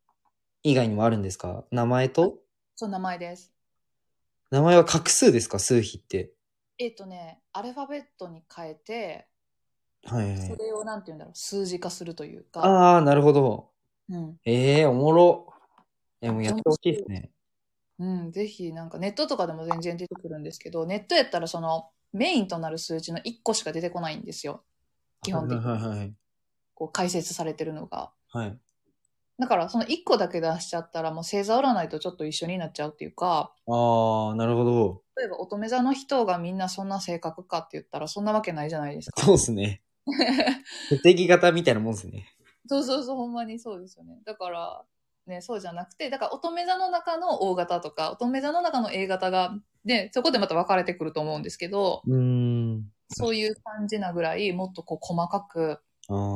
以外にもあるんですか名前とそう、名前です。名前は画数ですか数比って。えっ、とね、アルファベットに変えて、はいはいはそい。れをなんて言うんだろう、数字化するというか、ああ、なるほど。うん。ええおもろ。え、もうやってほしいですね。うん、ぜひ、なんかネットとかでも全然出てくるんですけど、ネットやったらその、メインとなる数字の1個しか出てこないんですよ。基本的に。はいはいはい。こう解説されてるのが。はい。だからその1個だけ出しちゃったらもう星座占いとちょっと一緒になっちゃうっていうか、ああ、なるほど。例えば乙女座の人がみんなそんな性格かって言ったらそんなわけないじゃないですか。 そうですね。血液型みたいなもんですね。そうそうそう、ほんまにそうですよね。だから、ね、そうじゃなくて、だから乙女座の中の O 型とか、乙女座の中の A 型が、で、そこでまた分かれてくると思うんですけど、うーん。そういう感じなぐらい、もっとこう細かく、ああ。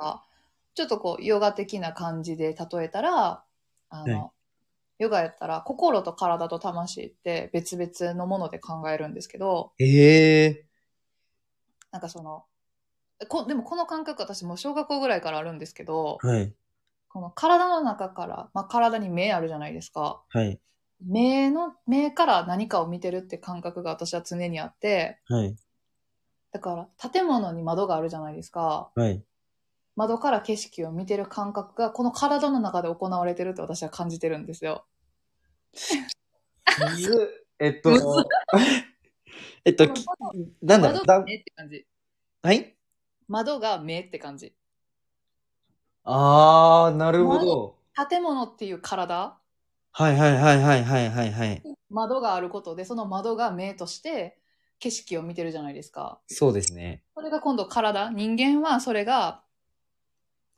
あちょっとこう、ヨガ的な感じで例えたら、あの、はヨガやったら、心と体と魂って別々のもので考えるんですけど、ええなんかその、こでもこの感覚私もう小学校ぐらいからあるんですけど、はい。この体の中から、まあ、体に目あるじゃないですか。はい。目の、目から何かを見てるって感覚が私は常にあって、はい。だから建物に窓があるじゃないですか。はい。窓から景色を見てる感覚がこの体の中で行われてるって私は感じてるんですよ。えっと、 えっと、きなんだろ窓う、だが目って感じ。はい窓が目って感じ。あー、なるほど。建物っていう体、はいはいはいはいはいはいはい。窓があることで、その窓が目として景色を見てるじゃないですか。そうですね。それが今度体、人間はそれが、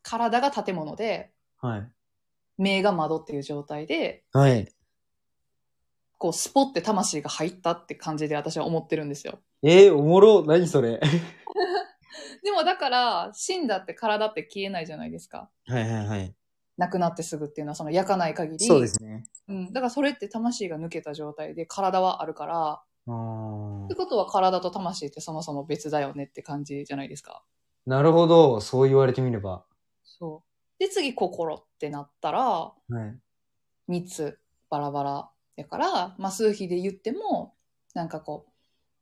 体が建物で、はい。目が窓っていう状態で、はい。こうスポって魂が入ったって感じで私は思ってるんですよ。えー、おもろ、何それ。でもだから、死んだって体って消えないじゃないですか。はいはいはい。亡くなってすぐっていうのはその焼かない限り。そうで。すね。うん。だからそれって魂が抜けた状態で体はあるから、あーってことは体と魂ってそもそも別だよねって感じじゃないですか。なるほど、そう言われてみれば。そう。で、次心ってなったら、はい。 3つバラバラやから、まあ、数比で言ってもなんかこう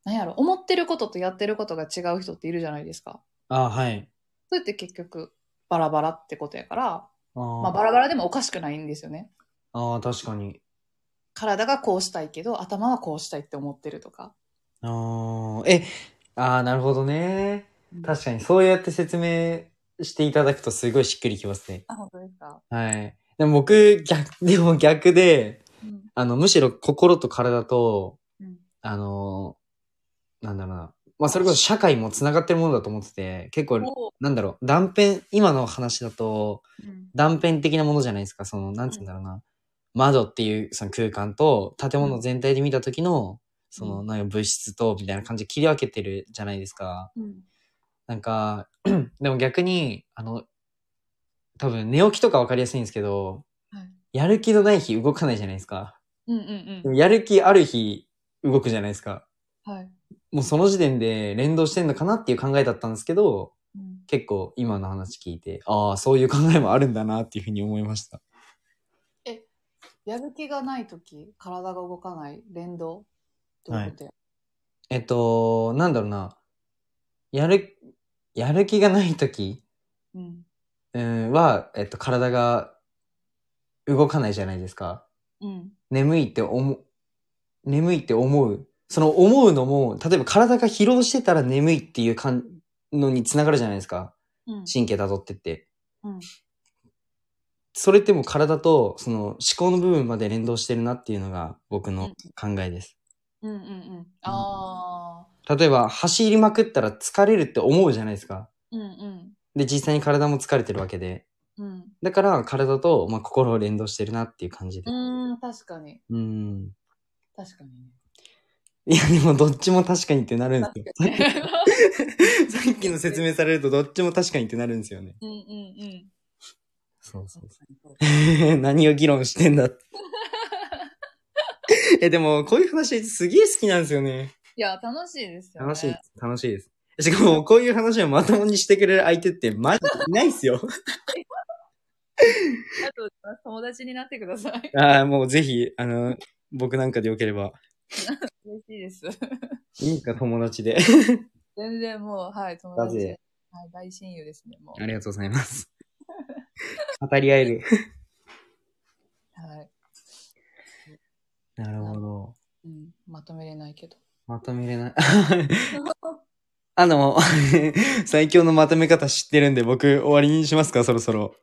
なんやろ思ってることとやってることが違う人っているじゃないですかあーはい。それって結局バラバラってことやから、あまあ、ー、バラバラでもおかしくないんですよねあー確かに。体がこうしたいけど頭はこうしたいって思ってるとかあーえ、あーなるほどね。確かに、そうやって説明していただくとすごいしっくりきますね。あ本当ですか、はい。でも僕、逆、 でも逆で、うんあの、むしろ心と体と、うんあの、なんだろうな。まあ、それこそ社会も繋がってるものだと思ってて、結構、おうなんだろう、断片、今の話だと、うん断片的なものじゃないですか。その、なんつうんだろうな。窓っていうその空間と、建物全体で見た時の、その、うんなんか物質と、みたいな感じで切り分けてるじゃないですか。うんなんか、 でも逆に、あの、多分寝起きとかわかりやすいんですけど、はいやる気のない日動かないじゃないですか。うんうんでうもやる気ある日動くじゃないですか。んはい、もうその時点で連動してんのかなっていう考えだったんですけど、うん結構今の話聞いて、ああ、そういう考えもあるんだなっていうふうに思いました。やる気がない時体が動かない連動どういうことや、えっと、なんだろうな。やる、やる気がない時うんうんは、えっと、体が動かないじゃないですか。うん眠いって思う、眠いって思う。その思うのも、例えば体が疲労してたら眠いっていうかんのにつながるじゃないですか。うん神経辿ってって。うんそれってもう体とその思考の部分まで連動してるなっていうのが僕の考えです。うんうんうん。ああ。例えば走りまくったら疲れるって思うじゃないですか。うんうん。で、実際に体も疲れてるわけで。うん。だから体と、まあ、心を連動してるなっていう感じで。うーん、確かに。うん。確かにね。いや、でもどっちも確かにってなるんですよ。確かにさっきの説明されるとどっちも確かにってなるんですよね。うんうんうん。そう確かにそう 何を議論してんだって。え、でも、こういう話すげえ好きなんですよね。いや、楽しいですよね。楽しい。楽しいです。しかも、こういう話をまともにしてくれる相手ってマジでいないっすよ。 あと、友達になってください。ああ、もうぜひ、あの、僕なんかでよければ。嬉しいです。いいか、友達で。 全然もう、はい、友な達でぜはい、大親友ですね、もう。ありがとうござい ます。語り合える。はい。なるほど。うん、まとめれないけど。 まとめれない。あの、 最強のまとめ方知ってるんで、僕、終わりにしますか、そろそろ。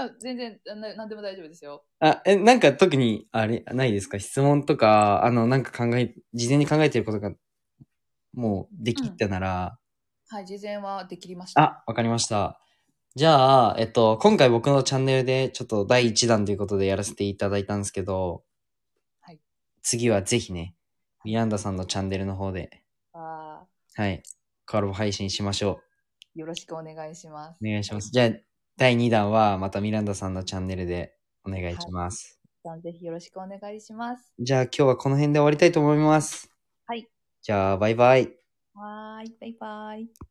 あ全然な、なんでも大丈夫ですよ。あ、え、なんか特に、あれ、ないですか質問とか、あの、なんか考え、事前に考えてることが、もう、できたなら、はい、事前はできました。あ、わかりました。じゃあ、えっと、今回僕のチャンネルで、ちょっと第1弾ということでやらせていただいたんですけど、はい次はぜひね、ミランダさんのチャンネルの方で、あはい、コラボ配信しましょーよろしくお願いします。う。お願いします。じゃあ、第2弾は、またミランダさんのチャンネルでお願いします。さん、ぜひよろしくお願いします。じゃあ今日はこの辺で終わりたいと思います。はい。じゃあ、バイバイ。はーい、バイバイ。